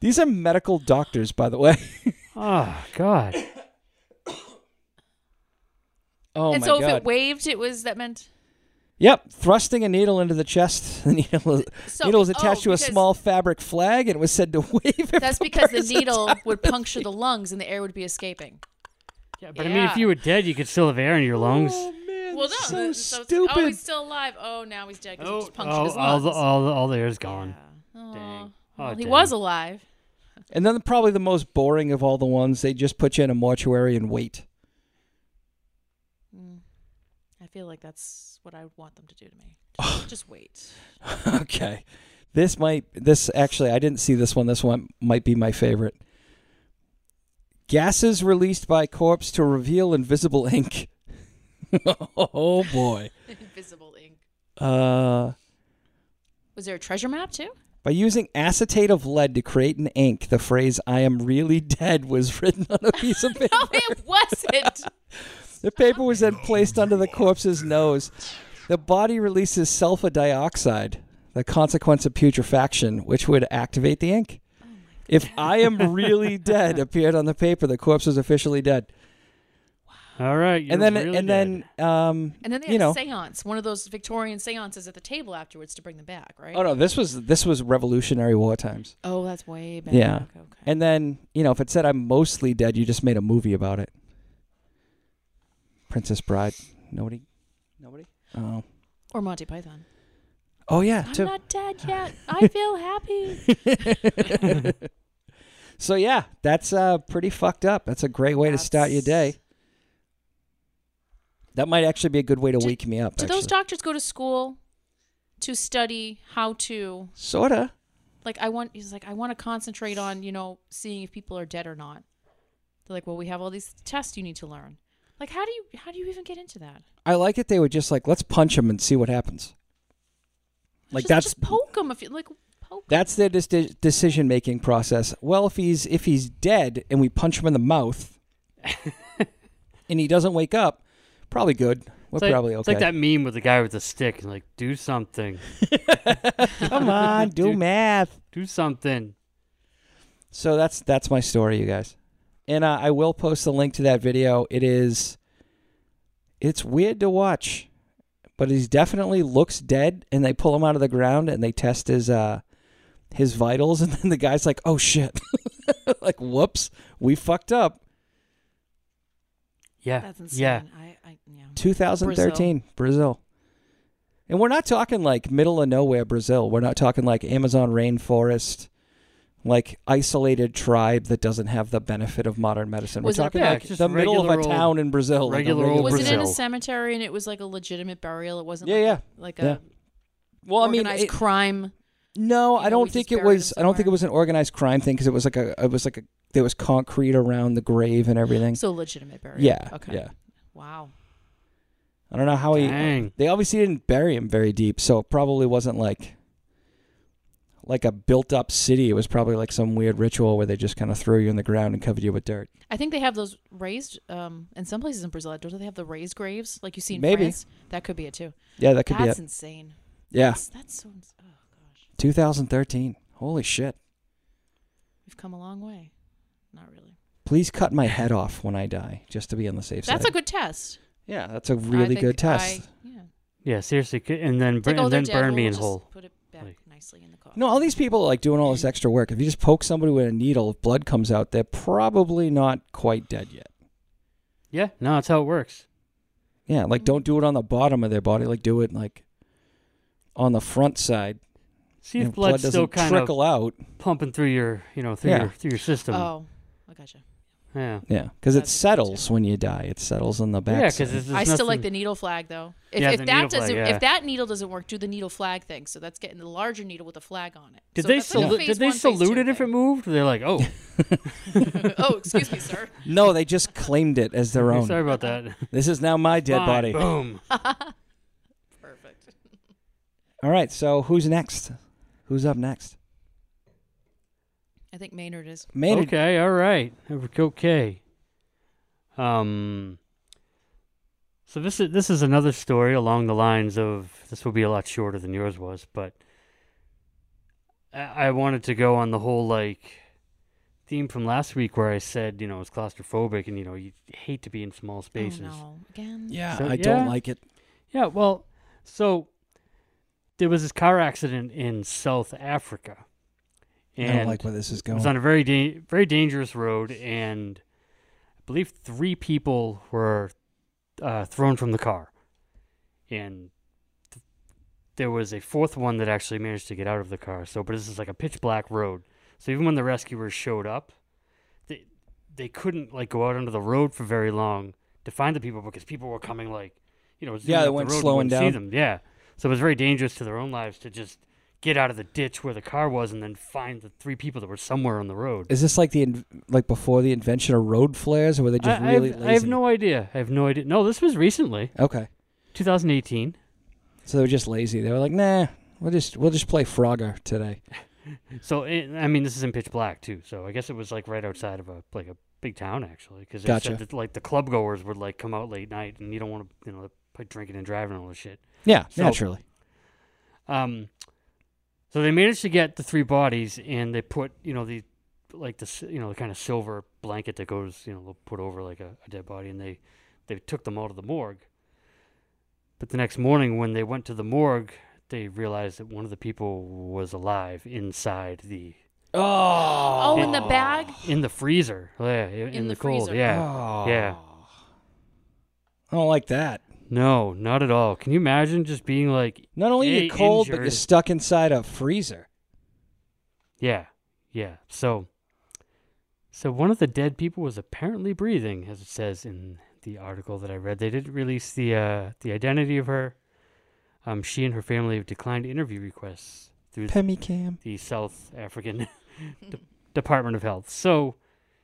[SPEAKER 2] These are medical doctors, by the way.
[SPEAKER 3] Oh god,
[SPEAKER 2] Oh,
[SPEAKER 4] and
[SPEAKER 2] my
[SPEAKER 4] so
[SPEAKER 2] God.
[SPEAKER 4] if it waved, it was that meant.
[SPEAKER 2] yep. Thrusting a needle into the chest. The needle, is-
[SPEAKER 4] So-
[SPEAKER 2] needle is
[SPEAKER 4] oh,
[SPEAKER 2] attached to a
[SPEAKER 4] because-
[SPEAKER 2] small fabric flag and it was said to wave if
[SPEAKER 4] That's
[SPEAKER 2] the
[SPEAKER 4] because the
[SPEAKER 2] person's
[SPEAKER 4] needle
[SPEAKER 2] heart
[SPEAKER 4] would
[SPEAKER 2] was
[SPEAKER 4] puncture the lungs and the air would be escaping.
[SPEAKER 3] yeah, but I mean,
[SPEAKER 4] Yeah.
[SPEAKER 3] if you were dead, you could still have air in your lungs.
[SPEAKER 2] Oh, man.
[SPEAKER 4] Well,
[SPEAKER 2] so
[SPEAKER 4] no, the- so it's-
[SPEAKER 2] stupid.
[SPEAKER 4] Oh, he's still alive. Oh, now he's dead because he just punctured
[SPEAKER 3] all,
[SPEAKER 4] his
[SPEAKER 3] all
[SPEAKER 4] lungs.
[SPEAKER 3] the, all, the, all the air's gone.
[SPEAKER 4] Aw.
[SPEAKER 3] oh, Dang. Oh,
[SPEAKER 4] Well, he
[SPEAKER 3] dang.
[SPEAKER 4] was alive.
[SPEAKER 2] and then probably the most boring of all the ones, they just put you in a mortuary and wait.
[SPEAKER 4] I feel like that's what I would want them to do to me. Just wait.
[SPEAKER 2] Okay. This might this actually I didn't see this one. This one might be my favorite. Gases released by corpse to reveal invisible ink. oh boy.
[SPEAKER 4] Invisible ink.
[SPEAKER 2] Uh
[SPEAKER 4] Was there a treasure map too?
[SPEAKER 2] by using acetate of lead to create an ink, the phrase "I am really dead" was written on a piece of paper.
[SPEAKER 4] No, it wasn't.
[SPEAKER 2] The paper was then placed under the corpse's nose. The body releases sulfur dioxide, the consequence of putrefaction, which would activate the ink. If I am really dead appeared on the paper, the corpse was officially dead.
[SPEAKER 3] All right, you're
[SPEAKER 2] and then,
[SPEAKER 3] really
[SPEAKER 2] and
[SPEAKER 3] dead.
[SPEAKER 2] then, um,
[SPEAKER 4] And then they had
[SPEAKER 2] you know,
[SPEAKER 4] a seance, one of those Victorian seances at the table afterwards to bring them back, right?
[SPEAKER 2] oh no, this was this was Revolutionary War times.
[SPEAKER 4] Oh, that's way better.
[SPEAKER 2] Yeah.
[SPEAKER 4] Okay, okay.
[SPEAKER 2] And then, you know, if it said I'm mostly dead, you just made a movie about it. Princess Bride. Nobody, nobody. Oh,
[SPEAKER 4] or Monty Python.
[SPEAKER 2] oh yeah,
[SPEAKER 4] I'm
[SPEAKER 2] too.
[SPEAKER 4] not dead yet. I feel happy.
[SPEAKER 2] So yeah, that's uh, pretty fucked up. That's a great way to start your
[SPEAKER 4] That's-
[SPEAKER 2] day. That might actually be a good way to
[SPEAKER 4] Do-
[SPEAKER 2] wake me up.
[SPEAKER 4] Do those
[SPEAKER 2] actually.
[SPEAKER 4] doctors go to school to study how to
[SPEAKER 2] Sorta.
[SPEAKER 4] like I want he's like I want to concentrate on, you know, seeing if people are dead or not. They're like, "Well, we have all these tests you need to learn." Like, how do you how do you even get into that?
[SPEAKER 2] I like it. They were just like, let's punch him and see what happens. Like
[SPEAKER 4] just,
[SPEAKER 2] that's
[SPEAKER 4] just poke them if you like poke. 'em.
[SPEAKER 2] that's their dis- decision making process. Well, if he's if he's dead and we punch him in the mouth, and he doesn't wake up, probably good. We're
[SPEAKER 3] It's like-
[SPEAKER 2] probably
[SPEAKER 3] It's
[SPEAKER 2] okay.
[SPEAKER 3] like that meme with the guy with the stick, and like, do something,
[SPEAKER 2] Come on, do
[SPEAKER 3] Dude.
[SPEAKER 2] math.
[SPEAKER 3] do something.
[SPEAKER 2] So that's that's my story, you guys. And uh, I will post the link to that video. It is it's weird to watch, but he's definitely looks dead and they pull him out of the ground and they test his uh his vitals and then the guy's like, "Oh shit." like, "Whoops, we fucked up."
[SPEAKER 3] Yeah,
[SPEAKER 4] That's insane.
[SPEAKER 3] yeah.
[SPEAKER 4] I, I yeah.
[SPEAKER 2] 2013, Brazil. And we're not talking like middle of nowhere Brazil. We're not talking like Amazon rainforest, like isolated tribe that doesn't have the benefit of modern medicine. We're
[SPEAKER 4] Was it a
[SPEAKER 2] talking
[SPEAKER 3] park?
[SPEAKER 2] like
[SPEAKER 3] Yeah, just
[SPEAKER 2] the middle of a
[SPEAKER 3] regular old-
[SPEAKER 2] town in Brazil. like a
[SPEAKER 3] regular old
[SPEAKER 4] Was it in a
[SPEAKER 3] Brazil.
[SPEAKER 4] cemetery and it was like a legitimate burial? It wasn't
[SPEAKER 2] Yeah,
[SPEAKER 4] like
[SPEAKER 2] yeah.
[SPEAKER 4] a, like
[SPEAKER 2] Yeah.
[SPEAKER 4] a
[SPEAKER 2] Well, I mean,
[SPEAKER 4] organized
[SPEAKER 2] it-
[SPEAKER 4] crime.
[SPEAKER 2] no, I
[SPEAKER 4] know,
[SPEAKER 2] don't
[SPEAKER 4] we
[SPEAKER 2] think
[SPEAKER 4] just
[SPEAKER 2] it
[SPEAKER 4] buried
[SPEAKER 2] was.
[SPEAKER 4] him
[SPEAKER 2] I don't think it
[SPEAKER 4] somewhere.
[SPEAKER 2] was an organized crime thing because it was like a. It was like a. There was concrete around the grave and everything.
[SPEAKER 4] So legitimate burial.
[SPEAKER 2] yeah.
[SPEAKER 4] Okay.
[SPEAKER 2] Yeah.
[SPEAKER 4] Wow.
[SPEAKER 2] I don't know how Oh, he.
[SPEAKER 3] Dang.
[SPEAKER 2] They obviously didn't bury him very deep, so it probably wasn't like like a built up city. It was probably like some weird ritual where they just kind of threw you in the ground and covered you with dirt.
[SPEAKER 4] I think they have those raised um, in some places in Brazil. Don't they have the raised graves like you see in
[SPEAKER 2] Maybe.
[SPEAKER 4] France? That could be it too.
[SPEAKER 2] Yeah, that could
[SPEAKER 4] That's
[SPEAKER 2] be it.
[SPEAKER 4] insane.
[SPEAKER 2] Yeah.
[SPEAKER 4] That's, that's so. ins- Oh gosh,
[SPEAKER 2] 2013. Holy shit.
[SPEAKER 4] we've come a long way. Not really.
[SPEAKER 2] Please cut my head off when I die, just to be on the safe side.
[SPEAKER 4] That's a good test.
[SPEAKER 2] yeah, that's a
[SPEAKER 4] I
[SPEAKER 2] really
[SPEAKER 4] think
[SPEAKER 2] good
[SPEAKER 4] I-
[SPEAKER 2] test.
[SPEAKER 4] yeah.
[SPEAKER 3] Yeah, seriously. c- And then
[SPEAKER 4] It's
[SPEAKER 3] bur-
[SPEAKER 4] like, oh,
[SPEAKER 3] and
[SPEAKER 4] they're
[SPEAKER 3] then
[SPEAKER 4] dead.
[SPEAKER 3] burn me
[SPEAKER 4] We'll
[SPEAKER 3] in
[SPEAKER 4] just
[SPEAKER 3] whole.
[SPEAKER 4] Put it back
[SPEAKER 3] Like-
[SPEAKER 4] nicely in the coffin.
[SPEAKER 2] No, all these people are like doing all this extra work. If you just poke somebody with a needle, if blood comes out, they're probably not quite dead yet.
[SPEAKER 3] Yeah, no, that's how it works.
[SPEAKER 2] Yeah,
[SPEAKER 4] Mm.
[SPEAKER 2] like don't do it on the bottom of their body. Like do it like on the front side.
[SPEAKER 3] See if
[SPEAKER 2] and
[SPEAKER 3] blood's still
[SPEAKER 2] doesn't
[SPEAKER 3] kind of
[SPEAKER 2] trickle out.
[SPEAKER 3] pumping through your, you know, through
[SPEAKER 2] Yeah.
[SPEAKER 3] your through your system.
[SPEAKER 4] Oh, I gotcha.
[SPEAKER 3] Yeah.
[SPEAKER 2] Yeah, because it
[SPEAKER 4] That's-
[SPEAKER 2] settles when you die. It settles in the back.
[SPEAKER 3] yeah, because it's
[SPEAKER 4] I
[SPEAKER 3] there's
[SPEAKER 4] still like the
[SPEAKER 3] nothing-
[SPEAKER 4] needle flag though. If,
[SPEAKER 3] Yeah,
[SPEAKER 4] if
[SPEAKER 3] the needle
[SPEAKER 4] that
[SPEAKER 3] flag,
[SPEAKER 4] doesn't,
[SPEAKER 3] yeah.
[SPEAKER 4] if that needle doesn't work, do the needle flag thing. So that's getting the larger needle with a flag on it.
[SPEAKER 3] Did
[SPEAKER 4] So
[SPEAKER 3] they
[SPEAKER 4] that's like a
[SPEAKER 3] salu-
[SPEAKER 4] phase
[SPEAKER 3] did they
[SPEAKER 4] one, phase two
[SPEAKER 3] salute it if it
[SPEAKER 4] thing.
[SPEAKER 3] moved? They're like, oh,
[SPEAKER 4] oh, excuse me, sir.
[SPEAKER 2] no, they just claimed it as their own.
[SPEAKER 3] sorry about that.
[SPEAKER 2] This is now my dead
[SPEAKER 3] Fine,
[SPEAKER 2] body.
[SPEAKER 3] Boom.
[SPEAKER 4] Perfect.
[SPEAKER 2] All right, so who's next? Who's up next?
[SPEAKER 4] I think Maynard is.
[SPEAKER 2] Maynard.
[SPEAKER 3] Okay, all right. Okay. Um So this is this is another story along the lines of this will be a lot shorter than yours was, but I, I wanted to go on the whole like theme from last week where I said, you know, it's claustrophobic and you know, you hate to be in small spaces.
[SPEAKER 4] Oh no, again.
[SPEAKER 2] Yeah,
[SPEAKER 3] So-
[SPEAKER 2] I don't
[SPEAKER 3] yeah.
[SPEAKER 2] like it.
[SPEAKER 3] Yeah, well, so there was this car accident in South Africa.
[SPEAKER 2] I don't like where this is
[SPEAKER 3] It
[SPEAKER 2] going.
[SPEAKER 3] was on a very da- very dangerous road, and I believe three people were uh, thrown from the car, and th- there was a fourth one that actually managed to get out of the car. So, but this is like a pitch black road. So even when the rescuers showed up, they they couldn't like go out onto the road for very long to find the people because people were coming like you know zooming
[SPEAKER 2] they
[SPEAKER 3] up the
[SPEAKER 2] went
[SPEAKER 3] road, you
[SPEAKER 2] slowing
[SPEAKER 3] wouldn't see them.
[SPEAKER 2] down.
[SPEAKER 3] Yeah, so it was very dangerous to their own lives to just get out of the ditch where the car was and then find the three people that were somewhere on the road.
[SPEAKER 2] Is this like the in- like before the invention of road flares, or were they
[SPEAKER 3] I,
[SPEAKER 2] just
[SPEAKER 3] I
[SPEAKER 2] really
[SPEAKER 3] have,
[SPEAKER 2] lazy?
[SPEAKER 3] I have no idea. I have no idea. No, this was recently,
[SPEAKER 2] Okay,
[SPEAKER 3] 2018.
[SPEAKER 2] so they were just lazy. They were like, nah, we'll just we'll just play Frogger today.
[SPEAKER 3] So it, I mean, this is in pitch black too. So I guess it was like right outside of a like a big town actually, because
[SPEAKER 2] Gotcha.
[SPEAKER 3] said that, like the club goers would like come out late night, and you don't want to you know like drinking and driving and all this shit.
[SPEAKER 2] Yeah,
[SPEAKER 3] So-
[SPEAKER 2] naturally.
[SPEAKER 3] Um, so they managed to get the three bodies, and they put you know the like the s- you know the kind of silver blanket that goes you know they'll put over like a, a dead body, and they they took them all to the morgue. But the next morning, when they went to the morgue, they realized that one of the people was alive inside the
[SPEAKER 2] Oh,
[SPEAKER 4] Oh, in the bag.
[SPEAKER 3] in the freezer. Yeah, in, in
[SPEAKER 4] the
[SPEAKER 3] the, cold.
[SPEAKER 4] freezer. Oh.
[SPEAKER 3] Yeah, yeah.
[SPEAKER 2] Oh. I don't like that.
[SPEAKER 3] No, not at all. Can you imagine just being like,
[SPEAKER 2] Not only are
[SPEAKER 3] Hey,
[SPEAKER 2] you cold, but you're
[SPEAKER 3] injured.
[SPEAKER 2] stuck inside a freezer.
[SPEAKER 3] yeah, yeah. So, so one of the dead people was apparently breathing, as it says in the article that I read. They didn't release the uh, the identity of her. Um, she and her family have declined interview requests through
[SPEAKER 2] Pemmy cam.
[SPEAKER 3] the South African De- Department of Health. So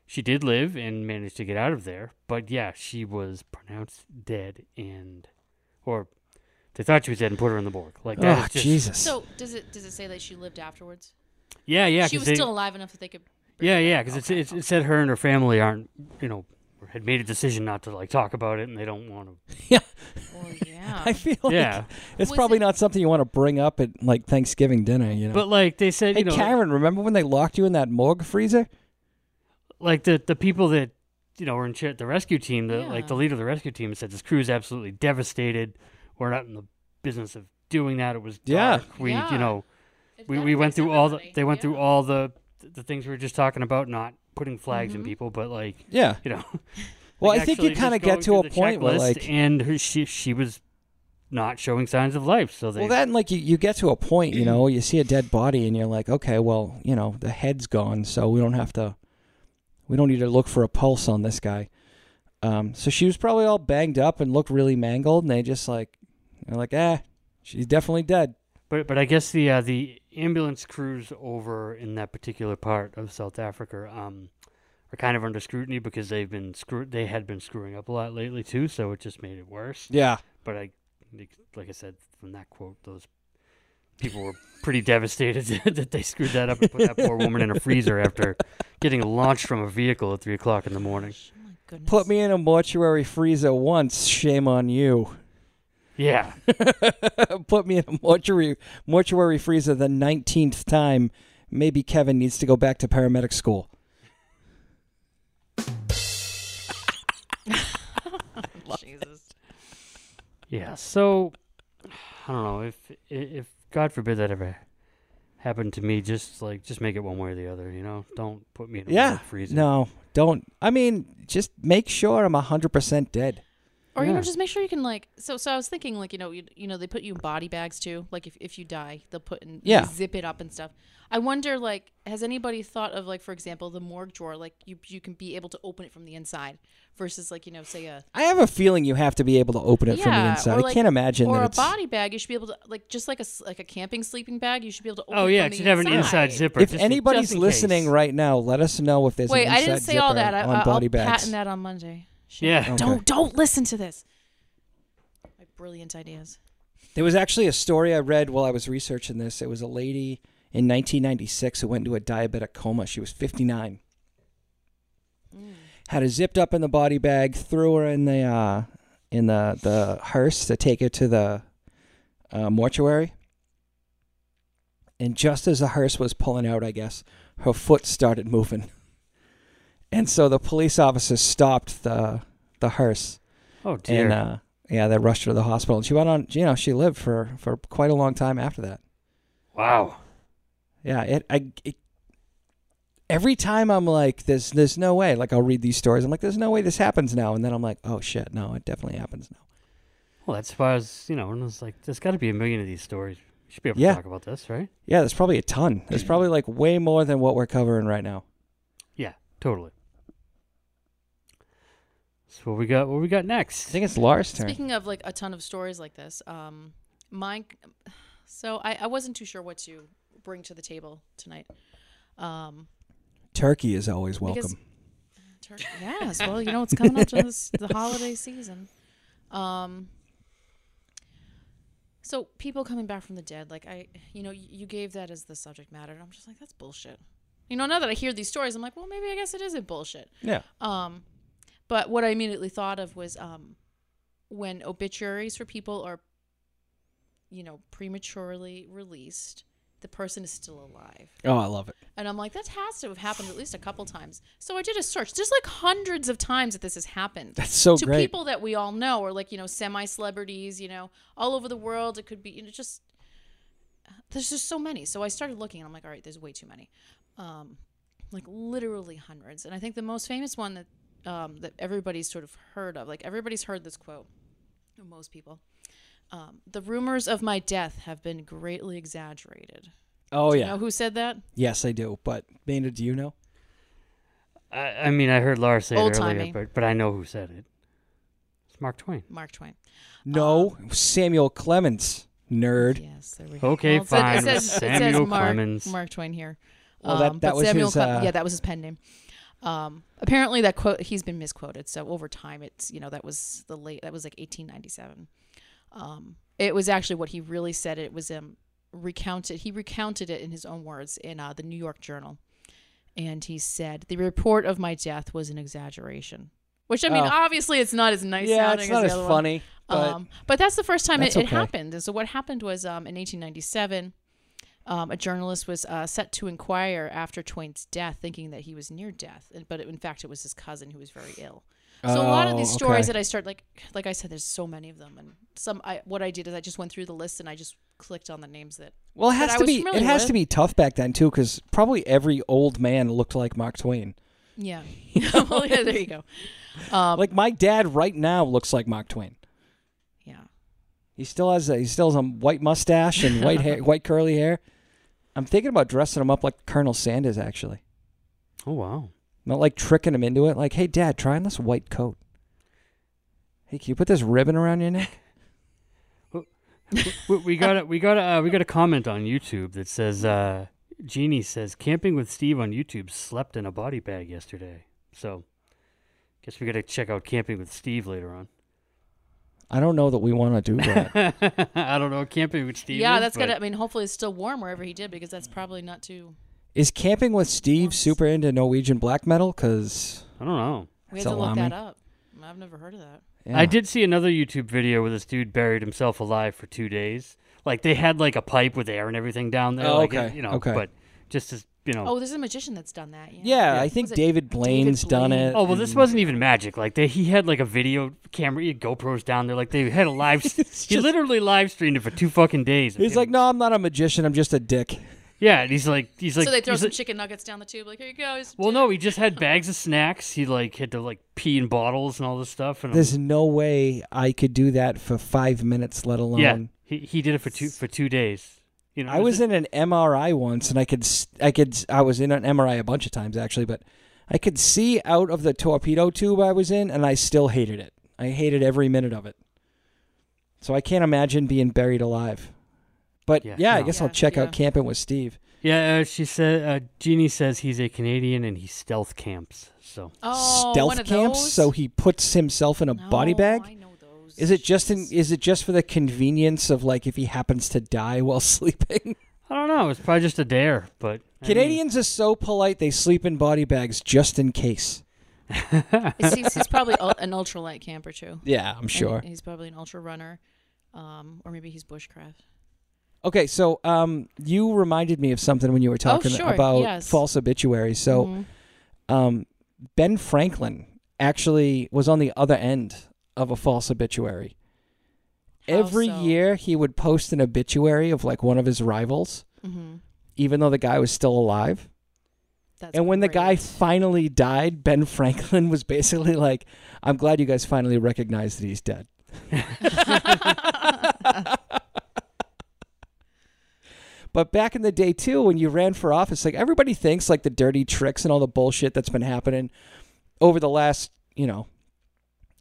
[SPEAKER 3] she did live and managed to get out of there, but yeah, she was pronounced dead and or they thought she was dead and put her in the morgue. Like that
[SPEAKER 2] Oh,
[SPEAKER 3] is just-
[SPEAKER 2] Jesus.
[SPEAKER 4] So does it does it say that she lived afterwards?
[SPEAKER 3] Yeah, yeah,
[SPEAKER 4] she
[SPEAKER 3] 'cause
[SPEAKER 4] was
[SPEAKER 3] they-
[SPEAKER 4] still alive enough that they could. bring
[SPEAKER 3] Yeah,
[SPEAKER 4] her
[SPEAKER 3] yeah,
[SPEAKER 4] back.
[SPEAKER 3] because it's,
[SPEAKER 4] Okay. Oh,
[SPEAKER 3] it's, it said her and her family aren't, you know, or had made a decision not to like talk about it, and they don't want to.
[SPEAKER 2] yeah,
[SPEAKER 4] Well, yeah.
[SPEAKER 2] I feel like
[SPEAKER 3] Yeah.
[SPEAKER 2] it's
[SPEAKER 4] Was
[SPEAKER 2] probably
[SPEAKER 4] it-
[SPEAKER 2] not something you want to bring up at like Thanksgiving dinner, you know.
[SPEAKER 3] But like they said,
[SPEAKER 2] hey,
[SPEAKER 3] you know,
[SPEAKER 2] Karen, remember when they locked you in that morgue freezer?
[SPEAKER 3] like the the people that you know were in cha- the rescue team, the, like
[SPEAKER 4] Yeah.
[SPEAKER 3] the leader of the rescue team said this crew is absolutely devastated. We're not in the business of doing that. It was
[SPEAKER 2] Yeah.
[SPEAKER 3] dark. we
[SPEAKER 4] Yeah.
[SPEAKER 3] you know
[SPEAKER 4] It
[SPEAKER 3] we, we went
[SPEAKER 4] benefits
[SPEAKER 3] through all the
[SPEAKER 4] everybody.
[SPEAKER 3] they went through
[SPEAKER 4] Yeah.
[SPEAKER 3] all the the things we were just talking about, not putting flags
[SPEAKER 4] Mm-hmm.
[SPEAKER 3] in people, but like
[SPEAKER 2] Yeah.
[SPEAKER 3] you know.
[SPEAKER 2] Well,
[SPEAKER 3] like
[SPEAKER 2] I think you
[SPEAKER 3] actually
[SPEAKER 2] kind of
[SPEAKER 3] just
[SPEAKER 2] get
[SPEAKER 3] going
[SPEAKER 2] to a
[SPEAKER 3] through the
[SPEAKER 2] point where
[SPEAKER 3] checklist,
[SPEAKER 2] like
[SPEAKER 3] and her, she she was not showing signs of life, so they
[SPEAKER 2] Well, that and like you, you get to a point, you know, you see a dead body and you're like, okay, well, you know, the head's gone, so we don't have to, we don't need to look for a pulse on this guy. Um, so she was probably all banged up and looked really mangled, and they just like, they're like, ah, she's definitely dead.
[SPEAKER 3] But but I guess the uh, the ambulance crews over in that particular part of South Africa um, are kind of under scrutiny because they've been screw they had been screwing up a lot lately too, so it just made it worse.
[SPEAKER 2] Yeah.
[SPEAKER 3] But I like- like I said from that quote, those people were pretty devastated that they screwed that up and put that poor woman in a freezer after getting launched from a vehicle at three o'clock in the morning.
[SPEAKER 4] Oh my goodness.
[SPEAKER 2] Put me in a mortuary freezer once, shame on you.
[SPEAKER 3] Yeah,
[SPEAKER 2] Put me in a mortuary mortuary freezer the nineteenth time. Maybe Kevin needs to go back to paramedic school.
[SPEAKER 4] Jesus.
[SPEAKER 3] yeah. So I don't know if if God forbid that ever happened to me. Just like just make it one way or the other. You know, don't put me in a
[SPEAKER 2] Yeah.
[SPEAKER 3] warm freezer.
[SPEAKER 2] No, don't. I mean, just make sure I'm hundred percent dead.
[SPEAKER 4] Or you
[SPEAKER 3] Yeah.
[SPEAKER 4] know, just make sure you can like. So, so I was thinking, like, you know, you, you know, they put you in body bags too. Like, if, if you die, they'll put in, they
[SPEAKER 2] Yeah.
[SPEAKER 4] zip it up and stuff. I wonder, like, has anybody thought of, like, for example, the morgue drawer? Like, you you can be able to open it from the inside versus, like, you know, say a
[SPEAKER 2] I have a feeling you have to be able to open it from the
[SPEAKER 4] Yeah,
[SPEAKER 2] inside.
[SPEAKER 4] or
[SPEAKER 2] I
[SPEAKER 4] like-
[SPEAKER 2] can't imagine
[SPEAKER 4] or
[SPEAKER 2] that
[SPEAKER 4] a
[SPEAKER 2] it's
[SPEAKER 4] body bag. You should be able to, like, just like a s- like a camping sleeping bag. You should be able to. open
[SPEAKER 3] Oh
[SPEAKER 4] it
[SPEAKER 3] yeah,
[SPEAKER 4] from
[SPEAKER 3] it
[SPEAKER 4] the
[SPEAKER 3] should have an inside zipper.
[SPEAKER 2] If
[SPEAKER 3] just in-
[SPEAKER 2] anybody's
[SPEAKER 3] just in
[SPEAKER 2] listening
[SPEAKER 3] case.
[SPEAKER 2] right now, let us know if there's
[SPEAKER 4] Wait,
[SPEAKER 2] an
[SPEAKER 4] I
[SPEAKER 2] inside
[SPEAKER 4] didn't say all
[SPEAKER 2] zipper
[SPEAKER 4] that. I,
[SPEAKER 2] on
[SPEAKER 4] I,
[SPEAKER 2] body
[SPEAKER 4] I'll
[SPEAKER 2] bags.
[SPEAKER 4] patent that on Monday. Shit.
[SPEAKER 3] yeah,
[SPEAKER 2] Okay.
[SPEAKER 4] Don't don't listen to this. My brilliant ideas.
[SPEAKER 2] There was actually a story I read while I was researching this. It was a lady in 1996 who went into a diabetic coma. She was 59.
[SPEAKER 3] Mm.
[SPEAKER 2] Had her zipped up in the body bag, threw her in the uh, in the the hearse to take her to the uh, mortuary. And just as the hearse was pulling out, I guess her foot started moving, and so the police officer stopped the the hearse
[SPEAKER 3] oh dear.
[SPEAKER 2] and uh, yeah, they rushed her to the hospital, and she went on. You know, she lived for for quite a long time after that.
[SPEAKER 3] wow.
[SPEAKER 2] Yeah, it. I. It, every time I'm like, there's there's no way. Like I'll read these stories, I'm like, there's no way this happens now, and then I'm like, oh shit, no, it definitely happens now.
[SPEAKER 3] Well, that's why I was, you know, and I was like, there's got to be a million of these stories. We should be able
[SPEAKER 2] Yeah.
[SPEAKER 3] to talk about this, right?
[SPEAKER 2] Yeah, there's probably a ton. There's
[SPEAKER 4] Mm.
[SPEAKER 2] probably like way more than what we're covering right now.
[SPEAKER 3] Yeah, totally. So what we got? What we got next?
[SPEAKER 2] I think it's Lars' turn.
[SPEAKER 4] Speaking of like a ton of stories like this, um, mine. So I, I wasn't too sure what to bring to the table tonight. Um,
[SPEAKER 2] Turkey is always welcome.
[SPEAKER 4] Because- Turkey. Yes. Well, you know it's coming up to this, the holiday season. Um. So people coming back from the dead, like I, you know, y- you gave that as the subject matter, and I'm just like, that's bullshit. You know, now that I hear these stories, I'm like, well, maybe I guess it isn't bullshit.
[SPEAKER 2] yeah.
[SPEAKER 4] Um, but what I immediately thought of was um, when obituaries for people are, you know, prematurely released, the person is still alive.
[SPEAKER 2] Oh, I love it.
[SPEAKER 4] And I'm like, that has to have happened at least a couple times. So I did a search. There's like hundreds of times that this has happened.
[SPEAKER 2] That's so
[SPEAKER 4] to
[SPEAKER 2] great.
[SPEAKER 4] people that we all know or like, you know, semi celebrities, you know, all over the world. It could be, you know, just there's just so many. So I started looking and I'm like, all right, there's way too many. Um, like literally hundreds. And I think the most famous one that um, that everybody's sort of heard of, like everybody's heard this quote, or most people. Um, the rumors of my death have been greatly exaggerated.
[SPEAKER 2] Oh
[SPEAKER 4] You
[SPEAKER 2] yeah.
[SPEAKER 4] know who Um, said that?
[SPEAKER 2] Yes, I do. But Maynard, do you know?
[SPEAKER 3] I, I mean, I heard Laura say it earlier,
[SPEAKER 4] Old-timey.
[SPEAKER 3] but, but I know who said it. It's Mark Twain.
[SPEAKER 4] Mark Twain.
[SPEAKER 2] No, Samuel Clements, nerd.
[SPEAKER 4] Yes, there we go.
[SPEAKER 3] Okay,
[SPEAKER 4] it says-
[SPEAKER 3] fine.
[SPEAKER 4] It says, it says
[SPEAKER 3] Samuel
[SPEAKER 4] Mark,
[SPEAKER 3] Clemens.
[SPEAKER 4] Mark Twain here.
[SPEAKER 2] Well, Oh, that-
[SPEAKER 4] Um,
[SPEAKER 2] that
[SPEAKER 4] but
[SPEAKER 2] was
[SPEAKER 4] Samuel
[SPEAKER 2] his,
[SPEAKER 4] Clem-
[SPEAKER 2] uh,
[SPEAKER 4] yeah, that was his pen name. Um, apparently, that quote he's been misquoted. So over time, it's you know that was the late that was like 1897. Um, it was actually what he really said. It was um, recounted. He recounted it in his own words in uh, the New York Journal, and he said the report of my death was an exaggeration. Which I mean,
[SPEAKER 2] Oh.
[SPEAKER 4] obviously, it's not as nice.
[SPEAKER 2] yeah,
[SPEAKER 4] sounding
[SPEAKER 2] it's not as
[SPEAKER 4] as, the other one.
[SPEAKER 2] funny. But
[SPEAKER 4] Um, but that's the first time
[SPEAKER 2] That's
[SPEAKER 4] it, it
[SPEAKER 2] okay.
[SPEAKER 4] happened. And so what happened was um, in 1897, um, a journalist was uh, set to inquire after Twain's death, thinking that he was near death, and- but in fact it was his cousin who was very ill. So a lot of these
[SPEAKER 2] Oh,
[SPEAKER 4] stories
[SPEAKER 2] okay.
[SPEAKER 4] that I start like, like I said, there's so many of them, and some. I, what I did is I just went through the list and I just clicked on the names that.
[SPEAKER 2] Well, it
[SPEAKER 4] that
[SPEAKER 2] has
[SPEAKER 4] I
[SPEAKER 2] to
[SPEAKER 4] was
[SPEAKER 2] be. It
[SPEAKER 4] familiar
[SPEAKER 2] has
[SPEAKER 4] with.
[SPEAKER 2] to be tough back then too, because probably every old man looked like Mark Twain.
[SPEAKER 4] Yeah. well, Oh, yeah. There you go. Um,
[SPEAKER 2] Like my dad right now looks like Mark Twain.
[SPEAKER 4] yeah.
[SPEAKER 2] He still has a, he still has a white mustache and white hair, white curly hair. I'm thinking about dressing him up like Colonel Sanders, actually.
[SPEAKER 3] Oh wow.
[SPEAKER 2] Not like tricking him into it. Like, hey, Dad, try on this white coat. Hey, can you put this ribbon around your neck?
[SPEAKER 3] we, we got a, we got a, uh, we got a comment on YouTube that says uh, Jeannie says camping with Steve on YouTube slept in a body bag yesterday. So guess we got to check out camping with Steve later on.
[SPEAKER 2] I don't know that we want to do that.
[SPEAKER 3] I don't know. It can't be with Steve.
[SPEAKER 4] yeah,
[SPEAKER 3] is,
[SPEAKER 4] that's
[SPEAKER 3] but
[SPEAKER 4] gonna. I mean, hopefully it's still warm wherever he did because that's probably not too.
[SPEAKER 2] Is camping with Steve super into Norwegian black metal? Because
[SPEAKER 3] I don't know.
[SPEAKER 4] We have to look
[SPEAKER 2] Salami.
[SPEAKER 4] that up. I've never heard of that.
[SPEAKER 3] I did see another YouTube video where this dude buried himself alive for two days. Like they had like a pipe with air and everything down there.
[SPEAKER 2] Oh,
[SPEAKER 3] like,
[SPEAKER 2] okay,
[SPEAKER 3] you know,
[SPEAKER 2] okay.
[SPEAKER 3] but just as you know.
[SPEAKER 4] Oh, there's a magician that's done that. Yeah.
[SPEAKER 2] Yeah,
[SPEAKER 3] Yeah.
[SPEAKER 2] I think
[SPEAKER 4] Was it
[SPEAKER 2] David Blaine's done
[SPEAKER 4] Blaine?
[SPEAKER 2] it. Mm.
[SPEAKER 3] Oh well, this wasn't even magic. Like they, he had like a video camera, he had GoPros down there. Like they had a live. he
[SPEAKER 2] just-
[SPEAKER 3] literally live streamed it for two fucking days.
[SPEAKER 2] He's like, no, I'm not a magician. I'm just a dick.
[SPEAKER 3] Mm-hmm. yeah, and he's like, he's like,
[SPEAKER 4] so they throw
[SPEAKER 3] he's
[SPEAKER 4] some
[SPEAKER 3] like-
[SPEAKER 4] chicken nuggets down the tube. Like here you go. here's some
[SPEAKER 3] well,
[SPEAKER 4] dinner."
[SPEAKER 3] no, he just had bags of snacks. He like had to like pee in bottles and all this stuff. And I'm-
[SPEAKER 2] There's no way I could do that for five minutes, let alone.
[SPEAKER 3] yeah, he, he did it for two for two days. You know,
[SPEAKER 2] I
[SPEAKER 3] it
[SPEAKER 2] was
[SPEAKER 3] a-
[SPEAKER 2] in an MRI once, and I could, s- I could, s- I was in an MRI a bunch of times actually, but I could see out of the torpedo tube I was in, and I still hated it. I hated every minute of it. So I can't imagine being buried alive. But yeah,
[SPEAKER 3] Yeah,
[SPEAKER 2] I
[SPEAKER 3] no.
[SPEAKER 2] guess I'll
[SPEAKER 4] Yeah,
[SPEAKER 2] check
[SPEAKER 4] yeah.
[SPEAKER 2] out camping with Steve.
[SPEAKER 3] yeah. Uh, she said, uh, Jeannie says he's a Canadian and he stealth camps. So
[SPEAKER 4] oh,
[SPEAKER 2] Stealth
[SPEAKER 4] one of
[SPEAKER 2] camps,
[SPEAKER 4] those?
[SPEAKER 2] so he puts himself in a body
[SPEAKER 4] No,
[SPEAKER 2] bag.
[SPEAKER 4] I know those.
[SPEAKER 2] Is it just in, is it just for the convenience of like if he happens to die while sleeping?
[SPEAKER 3] I don't know. It's probably just a dare, but I mean,
[SPEAKER 2] Canadians are so polite; they sleep in body bags just in case.
[SPEAKER 3] Oh,
[SPEAKER 4] It seems he's probably ul- an ultralight camper too.
[SPEAKER 2] Yeah, I'm sure.
[SPEAKER 4] And he's probably an ultra runner, um, or maybe he's bushcraft.
[SPEAKER 2] Okay, so um, you reminded me of something when you were talking
[SPEAKER 4] Oh, sure,
[SPEAKER 2] about
[SPEAKER 4] yes.
[SPEAKER 2] false obituaries. So
[SPEAKER 4] Mhm.
[SPEAKER 2] um, Ben Franklin actually was on the other end of a false obituary.
[SPEAKER 4] How
[SPEAKER 2] Every
[SPEAKER 4] so?
[SPEAKER 2] year, he would post an obituary of like one of his rivals,
[SPEAKER 4] Mhm.
[SPEAKER 2] even though the guy was still alive.
[SPEAKER 4] That's
[SPEAKER 2] and when the guy
[SPEAKER 4] great.
[SPEAKER 2] finally died, Ben Franklin was basically like, "I'm glad you guys finally recognize that he's dead." But back in the day too, when you ran for office, like everybody thinks like the dirty tricks and all the bullshit that's been happening over the last, you know,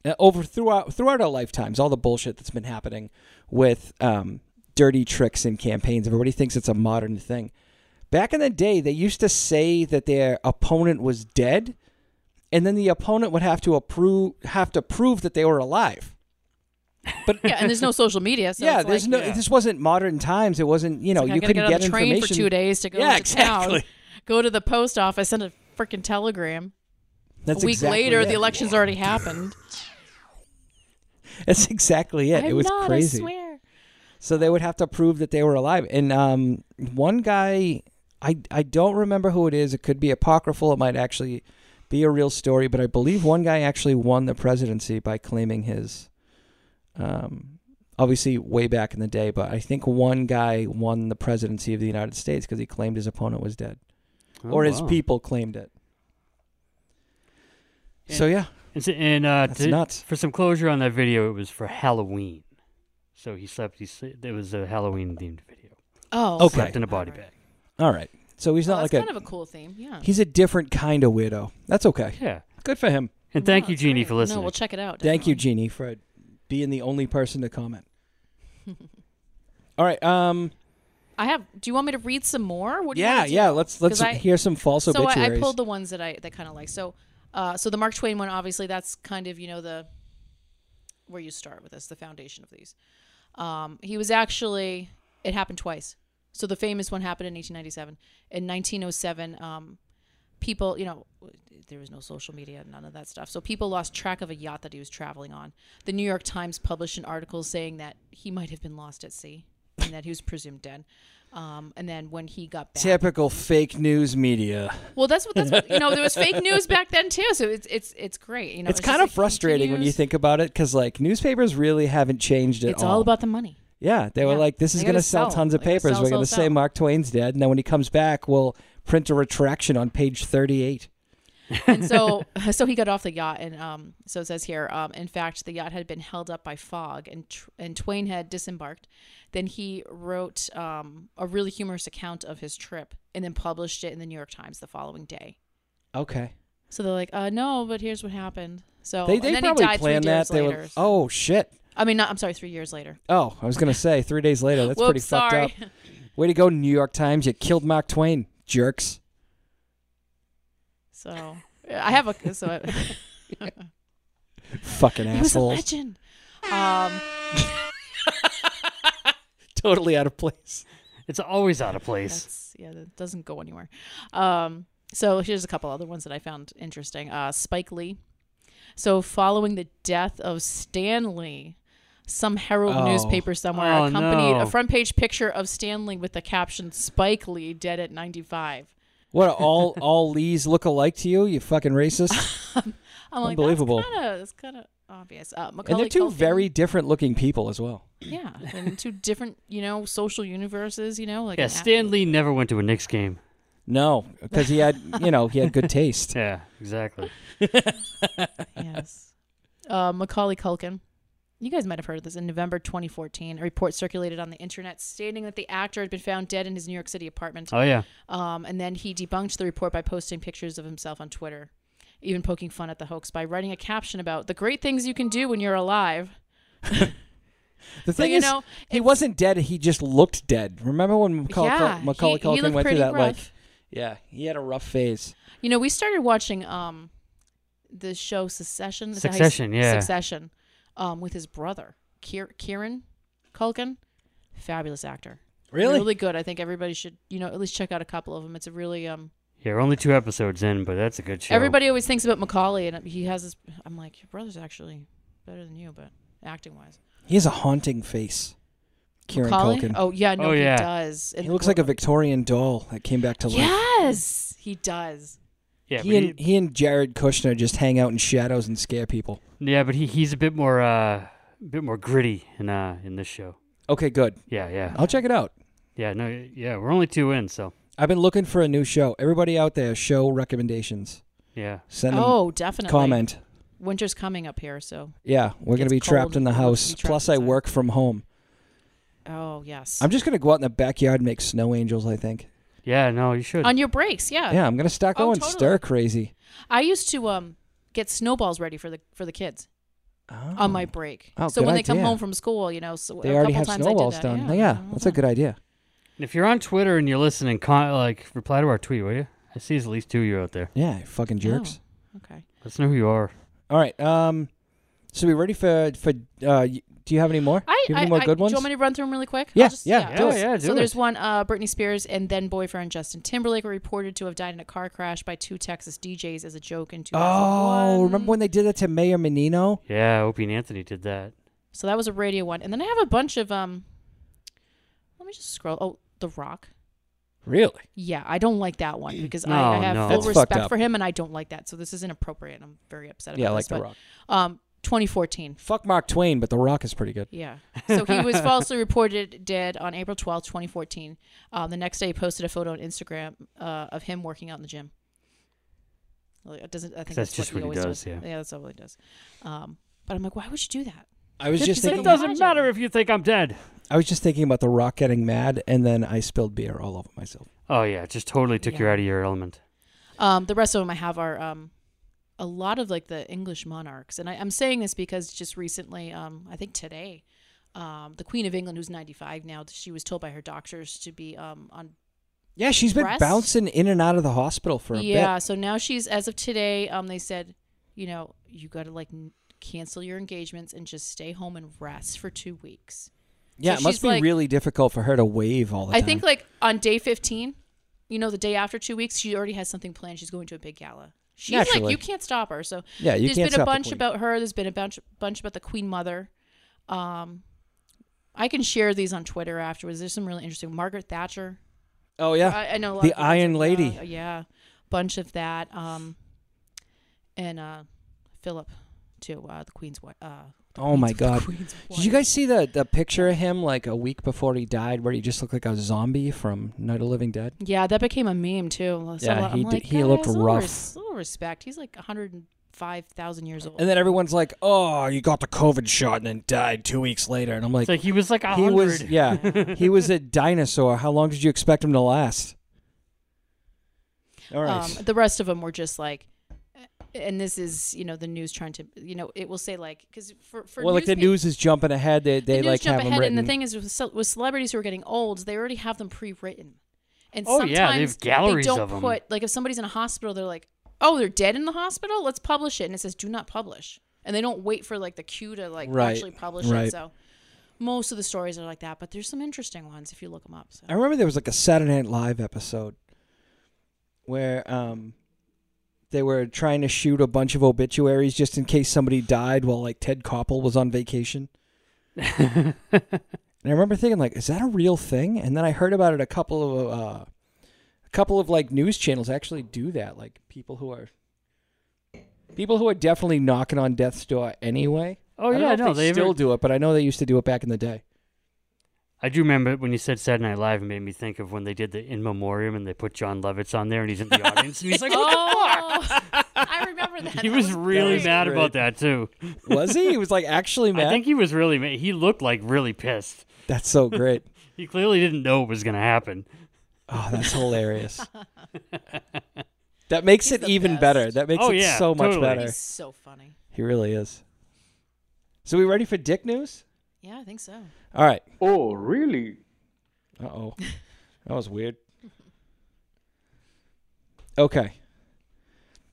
[SPEAKER 2] uh, over throughout throughout our lifetimes, all the bullshit that's been happening with um, dirty tricks in campaigns. Everybody thinks it's a modern thing. Back in the day, they used to say that their opponent was dead, and then the opponent would have to approve have to prove that they were alive. But
[SPEAKER 4] yeah, and there's no social media. So
[SPEAKER 2] yeah,
[SPEAKER 4] it's
[SPEAKER 2] there's
[SPEAKER 4] like,
[SPEAKER 2] no.
[SPEAKER 3] yeah.
[SPEAKER 2] This wasn't modern times. It wasn't. You know,
[SPEAKER 4] Like,
[SPEAKER 2] you
[SPEAKER 4] I gotta
[SPEAKER 2] couldn't
[SPEAKER 4] get,
[SPEAKER 2] get,
[SPEAKER 4] on the train for
[SPEAKER 2] information.
[SPEAKER 4] two days to go
[SPEAKER 2] Yeah,
[SPEAKER 4] to
[SPEAKER 2] exactly.
[SPEAKER 4] town, go to the post office, send a freaking telegram.
[SPEAKER 2] That's
[SPEAKER 4] a week
[SPEAKER 2] exactly
[SPEAKER 4] later,
[SPEAKER 2] it.
[SPEAKER 4] the election's already happened.
[SPEAKER 2] That's exactly it.
[SPEAKER 4] I'm
[SPEAKER 2] it was
[SPEAKER 4] not,
[SPEAKER 2] crazy.
[SPEAKER 4] I swear.
[SPEAKER 2] So they would have to prove that they were alive. And um, one guy, I I don't remember who it is. It could be apocryphal. It might actually be a real story. But I believe one guy actually won the presidency by claiming his. Um, obviously, way back in the day, but I think one guy won the presidency of the United States because he claimed his opponent was dead,
[SPEAKER 3] oh,
[SPEAKER 2] or his
[SPEAKER 3] wow.
[SPEAKER 2] people claimed it. So yeah,
[SPEAKER 3] And, so- and, uh,
[SPEAKER 2] That's
[SPEAKER 3] to-
[SPEAKER 2] nuts.
[SPEAKER 3] for some closure on that video, it was for Halloween. So he slept. He slept, it was a Halloween themed video.
[SPEAKER 4] Oh,
[SPEAKER 2] Okay.
[SPEAKER 3] Slept in a body
[SPEAKER 4] Alright.
[SPEAKER 3] bag.
[SPEAKER 2] all right. So he's
[SPEAKER 4] Oh,
[SPEAKER 2] not
[SPEAKER 4] that's
[SPEAKER 2] like a
[SPEAKER 4] kind of a cool theme. Yeah.
[SPEAKER 2] He's a different kind of weirdo. That's okay.
[SPEAKER 3] Yeah.
[SPEAKER 2] Good for him.
[SPEAKER 3] And thank
[SPEAKER 4] No,
[SPEAKER 3] you,
[SPEAKER 4] it's
[SPEAKER 3] Jeannie,
[SPEAKER 4] great.
[SPEAKER 3] for listening.
[SPEAKER 4] No, we'll check it out.
[SPEAKER 2] Thank you,
[SPEAKER 4] definitely.
[SPEAKER 2] Jeannie, for being the only person to comment. All right. Um.
[SPEAKER 4] I have. Do you want me to read some more? What do you
[SPEAKER 2] Yeah.
[SPEAKER 4] want me to
[SPEAKER 2] Yeah. Let's let's
[SPEAKER 4] 'Cause I-
[SPEAKER 2] hear some false
[SPEAKER 4] so I,
[SPEAKER 2] obituaries.
[SPEAKER 4] I pulled the ones that I that kind of like. So, uh, so the Mark Twain one, obviously, that's kind of you know the where you start with this, the foundation of these. Um, he was actually it happened twice. So the famous one happened in 1897. In 1907, um, people, you know, there was no social media, none of that stuff. So people lost track of a yacht that he was traveling on. The New York Times published an article saying that he might have been lost at sea and that he was presumed dead. Um, and then when he got back,
[SPEAKER 2] Typical fake news media.
[SPEAKER 4] well, that's what that's what, you know. There was fake news back then too, so it's it's it's great. You know,
[SPEAKER 2] it's
[SPEAKER 4] just
[SPEAKER 2] kind of
[SPEAKER 4] like
[SPEAKER 2] frustrating when you
[SPEAKER 4] continues.
[SPEAKER 2] think about it, because like newspapers really haven't changed at
[SPEAKER 4] it's all about the money.
[SPEAKER 2] Yeah, they were
[SPEAKER 4] Yeah.
[SPEAKER 2] like, "This is
[SPEAKER 4] They
[SPEAKER 2] going to
[SPEAKER 4] gotta
[SPEAKER 2] sell
[SPEAKER 4] sell.
[SPEAKER 2] tons of
[SPEAKER 4] They gotta
[SPEAKER 2] papers.
[SPEAKER 4] sell,
[SPEAKER 2] we're going to
[SPEAKER 4] sell,
[SPEAKER 2] say
[SPEAKER 4] sell."
[SPEAKER 2] Mark Twain's dead, and then when he comes back, we'll print a retraction on page thirty-eight.
[SPEAKER 4] And so so he got off the yacht, and um, so it says here, um, in fact, the yacht had been held up by fog, and tr- and Twain had disembarked. Then he wrote um, a really humorous account of his trip, and then published it in the New York Times the following day.
[SPEAKER 2] Okay,
[SPEAKER 4] So they're like, uh, no, but here's what happened. So
[SPEAKER 2] they
[SPEAKER 4] Oh, and
[SPEAKER 2] they
[SPEAKER 4] then
[SPEAKER 2] probably
[SPEAKER 4] he died three
[SPEAKER 2] planned that.
[SPEAKER 4] years
[SPEAKER 2] They
[SPEAKER 4] later.
[SPEAKER 2] were, oh shit.
[SPEAKER 4] I mean, not, I'm sorry, three years later.
[SPEAKER 2] Oh, I was gonna say three days later. That's pretty
[SPEAKER 4] Whoops, sorry.
[SPEAKER 2] fucked up. Way to go, New York Times! You killed Mark Twain, jerks.
[SPEAKER 4] So I have a so. I,
[SPEAKER 2] Fucking
[SPEAKER 4] He was a
[SPEAKER 2] assholes.
[SPEAKER 4] legend. Um,
[SPEAKER 2] totally out of place.
[SPEAKER 3] It's always out of place.
[SPEAKER 4] that's yeah, that doesn't go anywhere. Um, so here's a couple other ones that I found interesting. Uh, Spike Lee. So following the death of Stan Lee, some Herald
[SPEAKER 2] Oh.
[SPEAKER 4] newspaper somewhere
[SPEAKER 3] Oh,
[SPEAKER 4] accompanied
[SPEAKER 3] no.
[SPEAKER 4] a front page picture of Stan Lee with the caption "Spike Lee dead at 95."
[SPEAKER 2] What all all Lees look alike to you? You fucking racist.
[SPEAKER 4] I'm like,
[SPEAKER 2] Unbelievable.
[SPEAKER 4] That's kind of that's kind of obvious. Uh,
[SPEAKER 2] And
[SPEAKER 4] Macaulay
[SPEAKER 2] they're two
[SPEAKER 4] Culkin-
[SPEAKER 2] very different looking people as well.
[SPEAKER 4] yeah, and two different you know social universes. You know, like
[SPEAKER 3] Yeah,
[SPEAKER 4] an a-
[SPEAKER 3] Stan Lee never went to a Knicks game.
[SPEAKER 2] No, because he had you know he had good taste.
[SPEAKER 3] Yeah, exactly.
[SPEAKER 4] yes. Uh, Macaulay Culkin. You guys might have heard of this. In November 2014, a report circulated on the internet stating that the actor had been found dead in his New York City apartment.
[SPEAKER 2] Uh.
[SPEAKER 3] Oh yeah,
[SPEAKER 4] Um, and then he debunked the report by posting pictures of himself on Twitter, even poking fun at the hoax by writing a caption about the great things you can do when you're alive.
[SPEAKER 2] The
[SPEAKER 4] So,
[SPEAKER 2] thing
[SPEAKER 4] you
[SPEAKER 2] is,
[SPEAKER 4] know,
[SPEAKER 2] he wasn't dead. He just looked dead. Remember when Macaulay, Cul-
[SPEAKER 4] yeah,
[SPEAKER 2] Macaulay
[SPEAKER 4] he, he
[SPEAKER 2] Culkin
[SPEAKER 4] looked
[SPEAKER 2] went
[SPEAKER 4] pretty
[SPEAKER 2] through that?
[SPEAKER 4] rough.
[SPEAKER 2] Like, yeah, he had a rough phase.
[SPEAKER 4] You know, we started watching um the show Secession. Is that how you s-
[SPEAKER 3] Succession, yeah.
[SPEAKER 4] Succession, um, with his brother Kier- Kieran Culkin, fabulous actor. really good. I think everybody should you know at least check out a couple of them. It's a really um.
[SPEAKER 3] yeah. We're only two episodes in, but that's a good show.
[SPEAKER 4] Everybody always thinks about Macaulay, and he has this. I'm like, your brother's actually better than you, but acting wise,
[SPEAKER 2] He has a haunting face. Kieran
[SPEAKER 4] Macaulay.
[SPEAKER 2] Culkin.
[SPEAKER 4] Oh yeah, no,
[SPEAKER 3] Oh, yeah.
[SPEAKER 4] he does. And
[SPEAKER 2] he looks like a Victorian doll that came back to life.
[SPEAKER 4] Yes, he does.
[SPEAKER 3] Yeah,
[SPEAKER 2] he
[SPEAKER 3] but
[SPEAKER 2] and he and Jared Kushner just hang out in shadows and scare people.
[SPEAKER 3] yeah, but he, he's a bit more uh, a bit more gritty in uh in this show.
[SPEAKER 2] Okay, good.
[SPEAKER 3] Yeah, yeah,
[SPEAKER 2] I'll check it out.
[SPEAKER 3] yeah. No, yeah. We're only two in, so
[SPEAKER 2] I've been looking for a new show. Everybody out there, show recommendations.
[SPEAKER 3] yeah.
[SPEAKER 2] Send them
[SPEAKER 4] Oh, definitely.
[SPEAKER 2] comment.
[SPEAKER 4] Winter's coming up here, so
[SPEAKER 2] Yeah, we're gonna
[SPEAKER 4] Gets
[SPEAKER 2] be trapped
[SPEAKER 4] cold
[SPEAKER 2] in the
[SPEAKER 4] and we want to
[SPEAKER 2] house.
[SPEAKER 4] be trapped
[SPEAKER 2] Plus, I
[SPEAKER 4] inside.
[SPEAKER 2] work from home.
[SPEAKER 4] oh yes.
[SPEAKER 2] I'm just gonna go out in the backyard and make snow angels. I think.
[SPEAKER 3] Yeah, no, you should.
[SPEAKER 4] on your breaks, yeah.
[SPEAKER 2] Yeah, I'm gonna start
[SPEAKER 4] Oh,
[SPEAKER 2] going
[SPEAKER 4] totally.
[SPEAKER 2] stir crazy.
[SPEAKER 4] I used to um get snowballs ready for the for the kids on my break.
[SPEAKER 2] Oh,
[SPEAKER 4] so
[SPEAKER 2] good
[SPEAKER 4] when they come
[SPEAKER 2] idea.
[SPEAKER 4] home from school, you know, so
[SPEAKER 2] They
[SPEAKER 4] a
[SPEAKER 2] already
[SPEAKER 4] couple
[SPEAKER 2] have
[SPEAKER 4] times
[SPEAKER 2] snowballs
[SPEAKER 4] I did that.
[SPEAKER 2] done.
[SPEAKER 4] Yeah, Uh-huh.
[SPEAKER 2] Yeah,
[SPEAKER 4] all
[SPEAKER 2] that's
[SPEAKER 4] the
[SPEAKER 2] a good idea.
[SPEAKER 3] And if you're on Twitter and you're listening, con- like reply to our tweet, will you? I see there's at least two of you out there.
[SPEAKER 2] Yeah, fucking jerks.
[SPEAKER 4] time. Okay.
[SPEAKER 3] Let's know who you are.
[SPEAKER 2] All right. Um, so we ready for for? Uh, y- do you have any more?
[SPEAKER 4] I,
[SPEAKER 2] do you have
[SPEAKER 4] I,
[SPEAKER 2] any more
[SPEAKER 4] I-
[SPEAKER 2] good
[SPEAKER 4] Do
[SPEAKER 2] ones?
[SPEAKER 4] you want me to run through them really quick?
[SPEAKER 2] Yeah,
[SPEAKER 4] I'll just,
[SPEAKER 2] yeah,
[SPEAKER 3] do
[SPEAKER 4] I'll
[SPEAKER 3] it,
[SPEAKER 4] just-
[SPEAKER 3] yeah, do
[SPEAKER 4] so
[SPEAKER 3] it.
[SPEAKER 4] there's one. Uh, Britney Spears and then boyfriend Justin Timberlake were reported to have died in a car crash by two Texas DJs as a joke in 2001.
[SPEAKER 2] oh, remember when they did that to Mayor Menino?
[SPEAKER 3] Yeah, Opie and Anthony did that.
[SPEAKER 4] So that was a radio one, and then I have a bunch of um. Let me just scroll. Oh, The Rock.
[SPEAKER 2] Really?
[SPEAKER 4] Yeah, I don't like that one because I, I
[SPEAKER 3] No,
[SPEAKER 4] have
[SPEAKER 3] no.
[SPEAKER 4] full
[SPEAKER 2] That's fucked
[SPEAKER 4] respect
[SPEAKER 2] up.
[SPEAKER 4] for him, and I don't like that. So this is inappropriate. I'm very upset about
[SPEAKER 2] Yeah, I like
[SPEAKER 4] this.
[SPEAKER 2] The
[SPEAKER 4] but,
[SPEAKER 2] Rock.
[SPEAKER 4] Um, 2014.
[SPEAKER 2] Fuck Mark Twain, but The Rock is pretty good.
[SPEAKER 4] Yeah. So he was falsely reported dead on April twelfth, 2014. Um, the next day, he posted a photo on Instagram uh, of him working out in the gym. Like, it doesn't. I think
[SPEAKER 3] That's
[SPEAKER 4] that's,
[SPEAKER 3] just
[SPEAKER 4] what he
[SPEAKER 3] what he
[SPEAKER 4] always
[SPEAKER 3] does, yeah.
[SPEAKER 4] that's all he does. Um, but I'm like, why would you do that?
[SPEAKER 2] I was
[SPEAKER 4] Good
[SPEAKER 2] just
[SPEAKER 4] people.
[SPEAKER 2] thinking.
[SPEAKER 3] It
[SPEAKER 4] Like a
[SPEAKER 3] doesn't
[SPEAKER 4] magic.
[SPEAKER 3] matter if you think I'm dead.
[SPEAKER 2] I was just thinking about The Rock getting mad, and then I spilled beer all over myself.
[SPEAKER 3] Oh yeah, it just totally took you
[SPEAKER 4] Yeah.
[SPEAKER 3] out of your element.
[SPEAKER 4] Um, the rest of them I have are um, a lot of like the English monarchs, and I, I'm saying this because just recently, um, I think today, um, the Queen of England, who's 95 now, she was told by her doctors to be um, on
[SPEAKER 2] Yeah, she's been
[SPEAKER 4] Rest?
[SPEAKER 2] bouncing in and out of the hospital for a
[SPEAKER 4] yeah
[SPEAKER 2] bit.
[SPEAKER 4] so now she's as of today um they said you know you got to like n- cancel your engagements and just stay home and rest for two weeks
[SPEAKER 2] Yeah,
[SPEAKER 4] So
[SPEAKER 2] it
[SPEAKER 4] she's
[SPEAKER 2] must be
[SPEAKER 4] like-
[SPEAKER 2] really difficult for her to wave all the
[SPEAKER 4] i
[SPEAKER 2] time.
[SPEAKER 4] think like on day 15 you know the day after two weeks she already has something planned she's going to a big gala she's like
[SPEAKER 2] Naturally.
[SPEAKER 4] you can't stop her so
[SPEAKER 2] Yeah, you
[SPEAKER 4] there's
[SPEAKER 2] can't
[SPEAKER 4] been
[SPEAKER 2] stop
[SPEAKER 4] a
[SPEAKER 2] the
[SPEAKER 4] bunch
[SPEAKER 2] queen.
[SPEAKER 4] about her there's been a bunch bunch about the queen mother um i can share these on twitter afterwards there's some really interesting margaret thatcher
[SPEAKER 2] oh yeah,
[SPEAKER 4] I, I know a lot
[SPEAKER 2] the
[SPEAKER 4] of people
[SPEAKER 2] Iron
[SPEAKER 4] say,
[SPEAKER 2] Lady.
[SPEAKER 4] uh, yeah, bunch of that. Um, and uh, Philip too. Uh, the Queen's wife. Uh, the
[SPEAKER 2] Oh, my
[SPEAKER 4] Queen's-
[SPEAKER 2] God.
[SPEAKER 4] The Queen's
[SPEAKER 2] Did you
[SPEAKER 4] wife.
[SPEAKER 2] guys see the the picture of him like a week before he died, where he just looked like a zombie from Night of the Living Dead?
[SPEAKER 4] Yeah, that became a meme too. So
[SPEAKER 2] Yeah,
[SPEAKER 4] I'm
[SPEAKER 2] he did-
[SPEAKER 4] like,
[SPEAKER 2] he looked
[SPEAKER 4] guys, a little
[SPEAKER 2] rough.
[SPEAKER 4] res- a little respect. He's like 105,000 years old.
[SPEAKER 2] And then everyone's like, "Oh, you got the COVID shot and then died two weeks later." And I'm like,
[SPEAKER 3] It's like he was like a
[SPEAKER 2] "He
[SPEAKER 3] hundred.
[SPEAKER 2] was, yeah, he was a dinosaur. How long did you expect him to last?" All right.
[SPEAKER 4] um, the rest of them were just like. And this is, you know, the news trying to, you know, it will say like, because for, for
[SPEAKER 2] well, like the
[SPEAKER 4] newspa-
[SPEAKER 2] news is jumping ahead. They they
[SPEAKER 4] the news
[SPEAKER 2] like
[SPEAKER 4] jump
[SPEAKER 2] have
[SPEAKER 4] ahead,
[SPEAKER 2] him written.
[SPEAKER 4] and the thing is, with, ce- with celebrities who are getting old, they already have them pre-written. And
[SPEAKER 3] Oh,
[SPEAKER 4] sometimes
[SPEAKER 3] yeah, they have galleries
[SPEAKER 4] they don't
[SPEAKER 3] of 'em.
[SPEAKER 4] put like if somebody's in a hospital, they're like, "Oh, they're dead in the hospital. Let's publish it." And it says, "Do not publish." and they don't wait for like the cue to like
[SPEAKER 2] Right.
[SPEAKER 4] actually publish
[SPEAKER 2] Right.
[SPEAKER 4] it. So most of the stories are like that, but there's some interesting ones if you look them up. So.
[SPEAKER 2] I remember there was like a Saturday Night Live episode where um they were trying to shoot a bunch of obituaries just in case somebody died while like Ted Koppel was on vacation.
[SPEAKER 3] Oh,
[SPEAKER 2] And I remember thinking like, is that a real thing? And then I heard about it a couple of uh a couple of like news channels actually do that, like people who are people who are definitely knocking on death's door anyway.
[SPEAKER 3] oh
[SPEAKER 2] I don't
[SPEAKER 3] yeah,
[SPEAKER 2] know if
[SPEAKER 3] no,
[SPEAKER 2] they,
[SPEAKER 3] they
[SPEAKER 2] still
[SPEAKER 3] ever-
[SPEAKER 2] do it, but I know they used to do it back in the day.
[SPEAKER 3] I do remember when you said Saturday Night Live, it made me think of when they did the In Memoriam and they put John Lovitz on there and he's in the audience and he's like, oh,
[SPEAKER 4] Oh, I remember that.
[SPEAKER 3] he
[SPEAKER 4] That
[SPEAKER 3] was really
[SPEAKER 4] great.
[SPEAKER 3] mad
[SPEAKER 2] great.
[SPEAKER 3] about that too.
[SPEAKER 2] Was he? He was like actually mad.
[SPEAKER 3] I think he was really mad. He looked like really pissed.
[SPEAKER 2] That's so great.
[SPEAKER 3] He clearly didn't know it was going to happen.
[SPEAKER 2] Oh, that's hilarious. that makes
[SPEAKER 4] He's
[SPEAKER 2] it
[SPEAKER 4] the
[SPEAKER 2] even
[SPEAKER 4] best.
[SPEAKER 2] better. That makes
[SPEAKER 3] Oh,
[SPEAKER 2] it
[SPEAKER 3] yeah,
[SPEAKER 2] so much
[SPEAKER 3] totally.
[SPEAKER 2] better.
[SPEAKER 4] He's so funny.
[SPEAKER 2] He really is. So we ready for dick news?
[SPEAKER 4] Yeah, I think so.
[SPEAKER 2] All right.
[SPEAKER 5] Oh, really?
[SPEAKER 2] Uh oh. that was weird. Okay.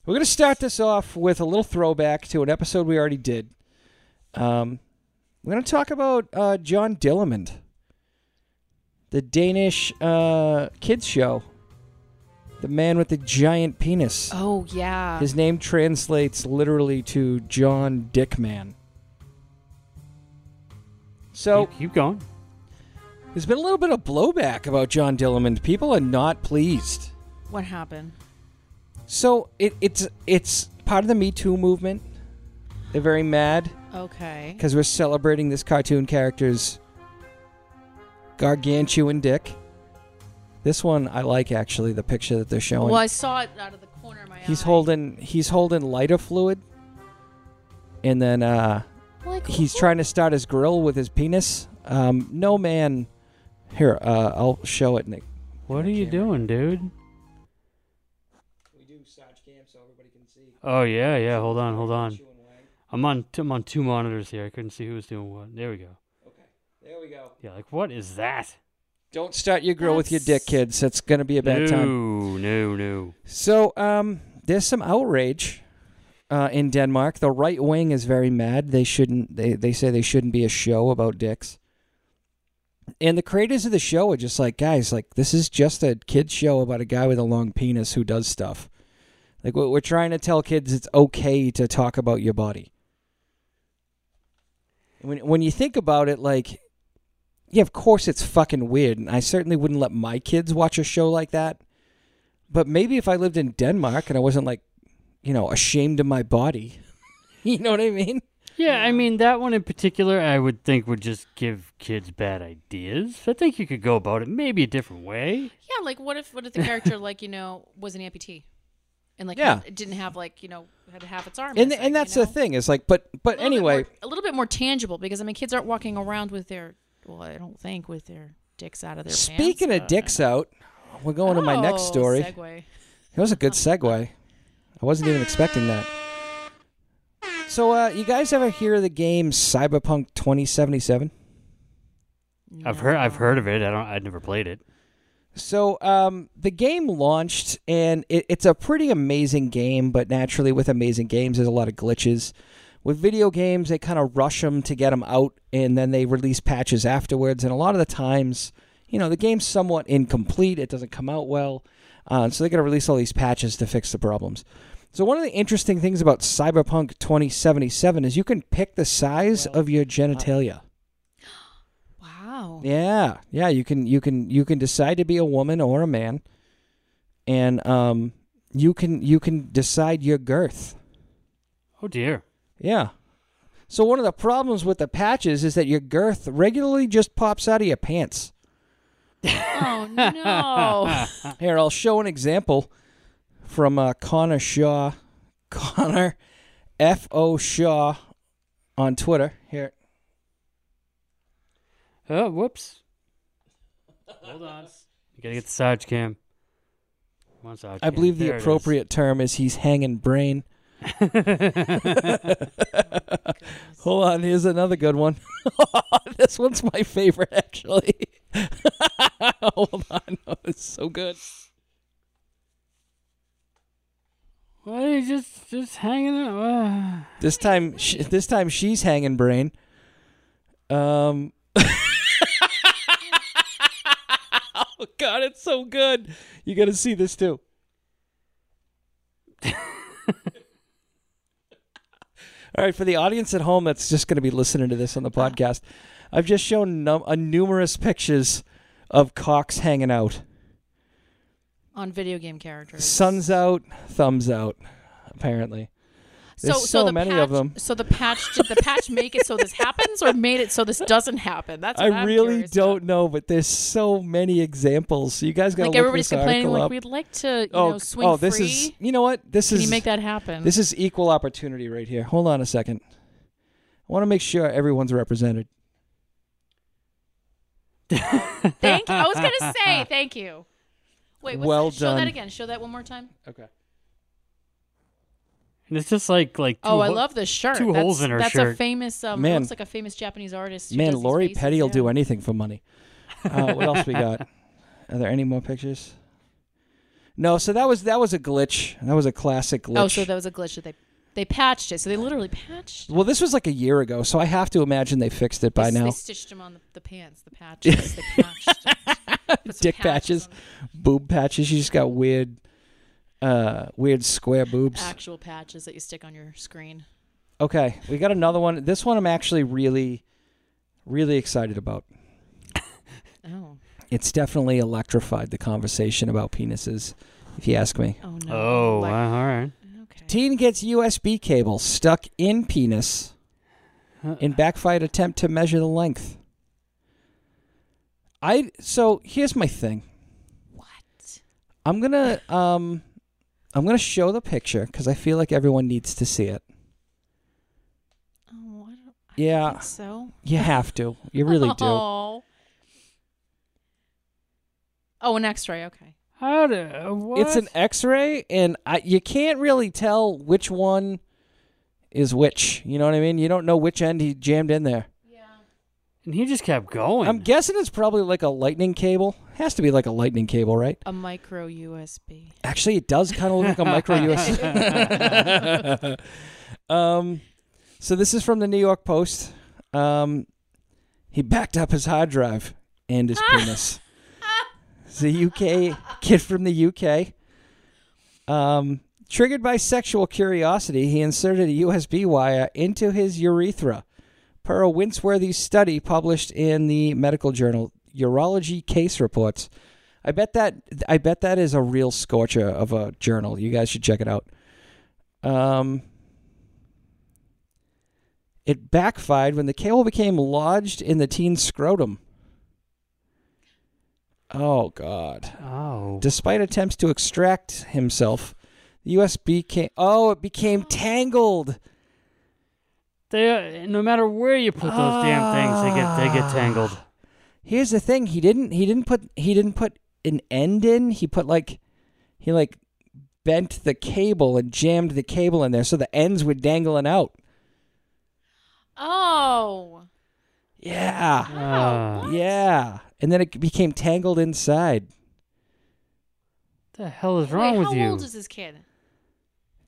[SPEAKER 2] We're going to start this off with a little throwback to an episode we already did. Um, we're going to talk about uh, John Dillamond, the Danish uh, kids show, the man with the giant penis.
[SPEAKER 4] Oh yeah.
[SPEAKER 2] His name translates literally to John Dickman. So
[SPEAKER 3] Keep- keep going.
[SPEAKER 2] there's been a little bit of blowback about John Dillamond. People are not pleased.
[SPEAKER 4] what happened?
[SPEAKER 2] So it, it's it's part of the Me Too movement. They're very mad
[SPEAKER 4] Okay.
[SPEAKER 2] because we're celebrating this cartoon character's gargantuan dick. This one I like actually. The picture that they're showing.
[SPEAKER 4] Well, I saw it out of the corner of my eye.
[SPEAKER 2] He's holding he's holding lighter fluid, and then uh,
[SPEAKER 4] Like,
[SPEAKER 2] he's
[SPEAKER 4] who-
[SPEAKER 2] trying to start his grill with his penis. Um, no man. Here, uh, I'll show it, Nick.
[SPEAKER 3] What are you doing, dude?
[SPEAKER 2] We do Sarge Cam so everybody can see.
[SPEAKER 3] Oh yeah, yeah. Hold on, hold on. I'm on. I'm on two monitors here. I couldn't see who was doing what. There we go.
[SPEAKER 2] There we go.
[SPEAKER 3] Yeah, like what is that?
[SPEAKER 2] Don't start your grill with your dick,
[SPEAKER 4] That's-
[SPEAKER 2] kids. It's gonna be a bad
[SPEAKER 3] no,
[SPEAKER 2] time.
[SPEAKER 3] no, no.
[SPEAKER 2] So, um, there's some outrage uh, in Denmark. The right wing is very mad. They shouldn't. They they say they shouldn't be a show about dicks. And the creators of the show are just like, guys, like this is just a kids show about a guy with a long penis who does stuff. Like we're we're trying to tell kids it's okay to talk about your body. When when you think about it, like, yeah, of course it's fucking weird, and I certainly wouldn't let my kids watch a show like that. But maybe if I lived in Denmark and I wasn't like, you know, ashamed of my body, you know what I mean?
[SPEAKER 3] Yeah, I mean that one in particular, I would think would just give kids bad ideas. I think you could go about it maybe a different way.
[SPEAKER 4] Yeah, like what if what if the character like you know was an amputee, and like
[SPEAKER 2] Yeah.
[SPEAKER 4] had- didn't have like you know had half its arm,
[SPEAKER 2] And
[SPEAKER 4] missing,
[SPEAKER 2] and
[SPEAKER 4] you
[SPEAKER 2] that's
[SPEAKER 4] know?
[SPEAKER 2] the thing. It's like, but but
[SPEAKER 4] A little bit more-
[SPEAKER 2] anyway,
[SPEAKER 4] a little bit more tangible because I mean kids aren't walking around with their well I don't think with their dicks out of their pants.
[SPEAKER 2] speaking of
[SPEAKER 4] but-
[SPEAKER 2] dicks out, we're going to my next
[SPEAKER 4] Oh,
[SPEAKER 2] story.
[SPEAKER 4] segue.
[SPEAKER 2] It was a good segue. I wasn't even expecting that. So, uh, you guys ever hear of the game Cyberpunk 2077?
[SPEAKER 3] I've heard. I've
[SPEAKER 4] No.
[SPEAKER 3] heard of it. I don't. I've never played it.
[SPEAKER 2] So um, the game launched, and it, it's a pretty amazing game. But naturally, with amazing games, there's a lot of glitches. With video games, they kind of rush them to get them out, and then they release patches afterwards. And a lot of the times, you know, the game's somewhat incomplete. It doesn't come out well, uh, so they got to release all these patches to fix the problems. So one of the interesting things about Cyberpunk 2077 is you can pick the size of your genitalia.
[SPEAKER 4] Wow.
[SPEAKER 2] Yeah, yeah. You can you can you can decide to be a woman or a man, and um, you can you can decide your girth.
[SPEAKER 3] Oh dear.
[SPEAKER 2] Yeah. So one of the problems with the patches is that your girth regularly just pops out of your pants.
[SPEAKER 4] Oh no.
[SPEAKER 3] Ah.
[SPEAKER 2] Here, I'll show an example from uh, Connor Shaw, Connor F O Shaw on Twitter. Here,
[SPEAKER 3] Oh, whoops. Hold on. You gotta get the Sarge cam. Come on, Sarge
[SPEAKER 2] I
[SPEAKER 3] cam.
[SPEAKER 2] believe the
[SPEAKER 3] There it is.
[SPEAKER 2] appropriate term is he's hanging brain. Hold on, here's another good one. this one's my favorite, actually. Hold on, oh, it's so good.
[SPEAKER 3] Why are you just just hanging out? Uh,
[SPEAKER 2] This time, sh this time she's hanging brain. Um. oh God, it's so good. You got to see this too. All right, for the audience at home that's just going to be listening to this on the podcast, I've just shown num- a numerous pictures of cocks hanging out.
[SPEAKER 4] on video game characters.
[SPEAKER 2] Sun's out, thumbs out. Apparently, there's so
[SPEAKER 4] the
[SPEAKER 2] many
[SPEAKER 4] patch,
[SPEAKER 2] of them.
[SPEAKER 4] So the patch did the patch make it so this happens, or made it so this doesn't happen? That's what
[SPEAKER 2] I
[SPEAKER 4] I'm
[SPEAKER 2] really
[SPEAKER 4] curious
[SPEAKER 2] don't
[SPEAKER 4] about.
[SPEAKER 2] know, but there's so many examples. So you guys got to
[SPEAKER 4] Like
[SPEAKER 2] look
[SPEAKER 4] everybody's
[SPEAKER 2] this
[SPEAKER 4] complaining,
[SPEAKER 2] article
[SPEAKER 4] like
[SPEAKER 2] up.
[SPEAKER 4] we'd like to, you
[SPEAKER 2] oh,
[SPEAKER 4] know, swing
[SPEAKER 2] oh, this
[SPEAKER 4] free.
[SPEAKER 2] is. You know what? This
[SPEAKER 4] Can
[SPEAKER 2] is.
[SPEAKER 4] you make that happen?
[SPEAKER 2] This is equal opportunity right here. Hold on a second. I want to make sure everyone's represented.
[SPEAKER 4] Thank. I was gonna say thank you. Wait, what's
[SPEAKER 2] Well
[SPEAKER 4] that? show
[SPEAKER 2] done.
[SPEAKER 4] that again. Show that one more time.
[SPEAKER 2] Okay.
[SPEAKER 3] and it's just like like. two
[SPEAKER 4] oh, I
[SPEAKER 3] hol-
[SPEAKER 4] love this shirt.
[SPEAKER 3] two
[SPEAKER 4] that's,
[SPEAKER 3] holes in her
[SPEAKER 4] That's
[SPEAKER 3] shirt.
[SPEAKER 4] a famous. Um,
[SPEAKER 2] Man.
[SPEAKER 4] Man, looks like a famous Japanese artist. who
[SPEAKER 2] Man,
[SPEAKER 4] does these
[SPEAKER 2] Lori
[SPEAKER 4] faces,
[SPEAKER 2] Petty will
[SPEAKER 4] yeah.
[SPEAKER 2] do anything for money. Uh, what else we got? Are there any more pictures? No. So that was that was a glitch. That was a classic glitch.
[SPEAKER 4] Oh, so that was a glitch that they they patched it. So they literally patched.
[SPEAKER 2] well, this was like a year ago, so I have to imagine they fixed it by
[SPEAKER 4] they,
[SPEAKER 2] now.
[SPEAKER 4] they stitched him on the, the pants, the patches. they patched. it. Put some
[SPEAKER 2] Dick patches.
[SPEAKER 4] on
[SPEAKER 2] boob patches. She just got weird, uh, weird square boobs.
[SPEAKER 4] actual patches that you stick on your screen.
[SPEAKER 2] Okay, we got another one. This one I'm actually really, really excited about.
[SPEAKER 4] Oh,
[SPEAKER 2] It's definitely electrified the conversation about penises, if you ask me.
[SPEAKER 4] oh no.
[SPEAKER 3] Oh,
[SPEAKER 4] Like-
[SPEAKER 3] wow, all right.
[SPEAKER 4] okay.
[SPEAKER 2] Teen gets USB cable stuck in penis in backfired attempt to measure the length. I so here's my thing.
[SPEAKER 4] what?
[SPEAKER 2] I'm gonna um, I'm gonna show the picture because I feel like everyone needs to see it.
[SPEAKER 4] Oh, I don't, I
[SPEAKER 2] Yeah.
[SPEAKER 4] don't think so
[SPEAKER 2] You have to. You really do.
[SPEAKER 4] Oh. Oh, an X-ray. Okay.
[SPEAKER 3] How do? What?
[SPEAKER 2] It's an X-ray, and I, you can't really tell which one is which. You know what I mean? You don't know which end he jammed in there.
[SPEAKER 3] And he just kept going.
[SPEAKER 2] I'm guessing it's probably like a lightning cable. Has to be like a lightning cable, right?
[SPEAKER 4] A micro USB.
[SPEAKER 2] Actually, it does kind of look like a micro USB. um, so this is from the New York Post. Um, he backed up his hard drive and his penis. It's a UK kid from the UK. Um, triggered by sexual curiosity, he inserted a USB wire into his urethra, per a Winceworthy study published in the medical journal Urology Case Reports. I bet that I bet that is a real scorcher of a journal. You guys should check it out. Um, it backfired when the cable became lodged in the teen's scrotum. Oh God!
[SPEAKER 3] oh.
[SPEAKER 2] Despite attempts to extract himself, the USB came. Oh, it became tangled.
[SPEAKER 3] They, uh, no matter where you put those damn things, they get they get tangled.
[SPEAKER 2] Here's the thing: he didn't. He didn't put. He didn't put an end in. He put like, he like bent the cable and jammed the cable in there, so the ends were dangling out.
[SPEAKER 4] Oh.
[SPEAKER 2] Yeah,
[SPEAKER 3] Uh,
[SPEAKER 4] Wow.
[SPEAKER 2] yeah. And then it became tangled inside.
[SPEAKER 3] the hell is
[SPEAKER 4] Wait,
[SPEAKER 3] wrong with
[SPEAKER 4] how
[SPEAKER 3] you?
[SPEAKER 4] old is this kid?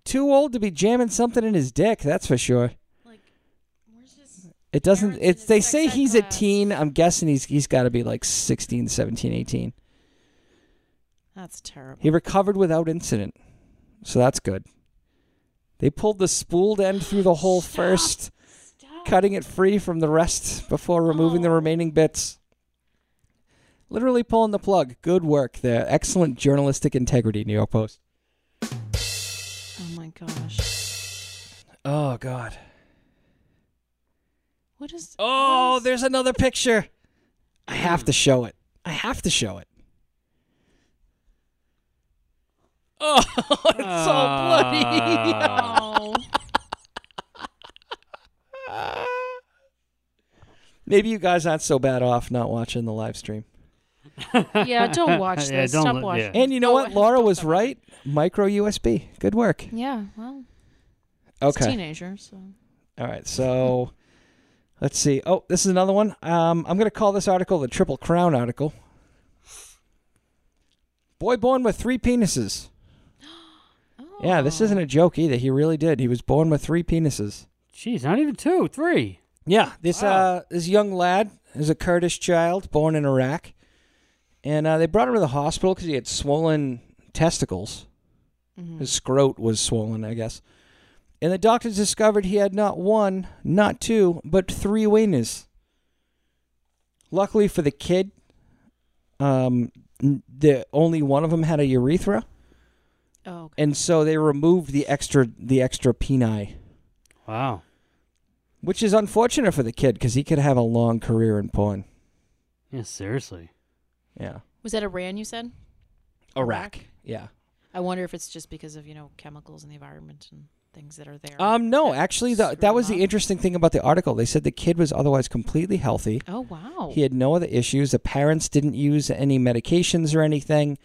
[SPEAKER 2] Too old to be jamming something in his dick. That's for sure.
[SPEAKER 4] Like, where's his?
[SPEAKER 2] It doesn't.
[SPEAKER 4] Parents in
[SPEAKER 2] It's
[SPEAKER 4] his
[SPEAKER 2] they
[SPEAKER 4] sex
[SPEAKER 2] say
[SPEAKER 4] ed
[SPEAKER 2] he's a
[SPEAKER 4] class.
[SPEAKER 2] teen. I'm guessing he's he's got to be like 16, 17, 18.
[SPEAKER 4] That's terrible.
[SPEAKER 2] He recovered without incident, so that's good. They pulled the spooled end through the hole
[SPEAKER 4] Stop.
[SPEAKER 2] first.
[SPEAKER 4] Stop.
[SPEAKER 2] cutting it free from the rest before removing the
[SPEAKER 4] Oh.
[SPEAKER 2] remaining bits. Literally pulling the plug. Good work there. Excellent journalistic integrity, New York Post.
[SPEAKER 4] Oh my gosh.
[SPEAKER 2] Oh God.
[SPEAKER 4] What is?
[SPEAKER 2] Oh,
[SPEAKER 4] what is-
[SPEAKER 2] there's another picture. I have to show it. I have to show it. Oh, it's
[SPEAKER 3] Uh,
[SPEAKER 2] so bloody.
[SPEAKER 4] Oh.
[SPEAKER 2] Maybe you guys aren't so bad off not watching the live stream.
[SPEAKER 4] yeah, don't watch
[SPEAKER 3] Yeah,
[SPEAKER 4] this.
[SPEAKER 3] don't
[SPEAKER 4] Stop
[SPEAKER 3] look-
[SPEAKER 4] watching.
[SPEAKER 3] yeah.
[SPEAKER 2] And you know
[SPEAKER 4] Oh,
[SPEAKER 2] what? Laura
[SPEAKER 4] don't
[SPEAKER 2] was
[SPEAKER 4] stop.
[SPEAKER 2] right. Micro USB. Good work.
[SPEAKER 4] Yeah. Well, it's
[SPEAKER 2] Okay.
[SPEAKER 4] teenager. So.
[SPEAKER 2] All right, so let's see. Oh, this is another one. Um, I'm going to call this article the Triple Crown article. Boy born with three penises. Yeah, this isn't a joke either. He really did. He was born with three penises.
[SPEAKER 3] Jeez, not even two, three.
[SPEAKER 2] Yeah, this
[SPEAKER 3] Wow.
[SPEAKER 2] uh, this young lad is a Kurdish child born in Iraq, and uh, they brought him to the hospital because he had swollen testicles. His scrot was swollen, I guess. And the doctors discovered he had not one, not two, but three wieners. Luckily for the kid, um, n- the only one of them had a urethra,
[SPEAKER 4] Oh, okay.
[SPEAKER 2] and so they removed the extra the extra peni.
[SPEAKER 3] Wow.
[SPEAKER 2] Which is unfortunate for the kid because he could have a long career in porn.
[SPEAKER 3] Yeah, seriously.
[SPEAKER 2] Yeah.
[SPEAKER 4] Was that Iran you said?
[SPEAKER 2] Iraq. Yeah.
[SPEAKER 4] I wonder if it's just because of you know chemicals in the environment and things that are there.
[SPEAKER 2] Um. No,
[SPEAKER 4] that
[SPEAKER 2] actually, the,
[SPEAKER 4] screwed
[SPEAKER 2] that
[SPEAKER 4] him
[SPEAKER 2] was the
[SPEAKER 4] up.
[SPEAKER 2] interesting thing about the article. They said the kid was otherwise completely healthy.
[SPEAKER 4] Oh wow.
[SPEAKER 2] He had no other issues. The parents didn't use any medications or anything,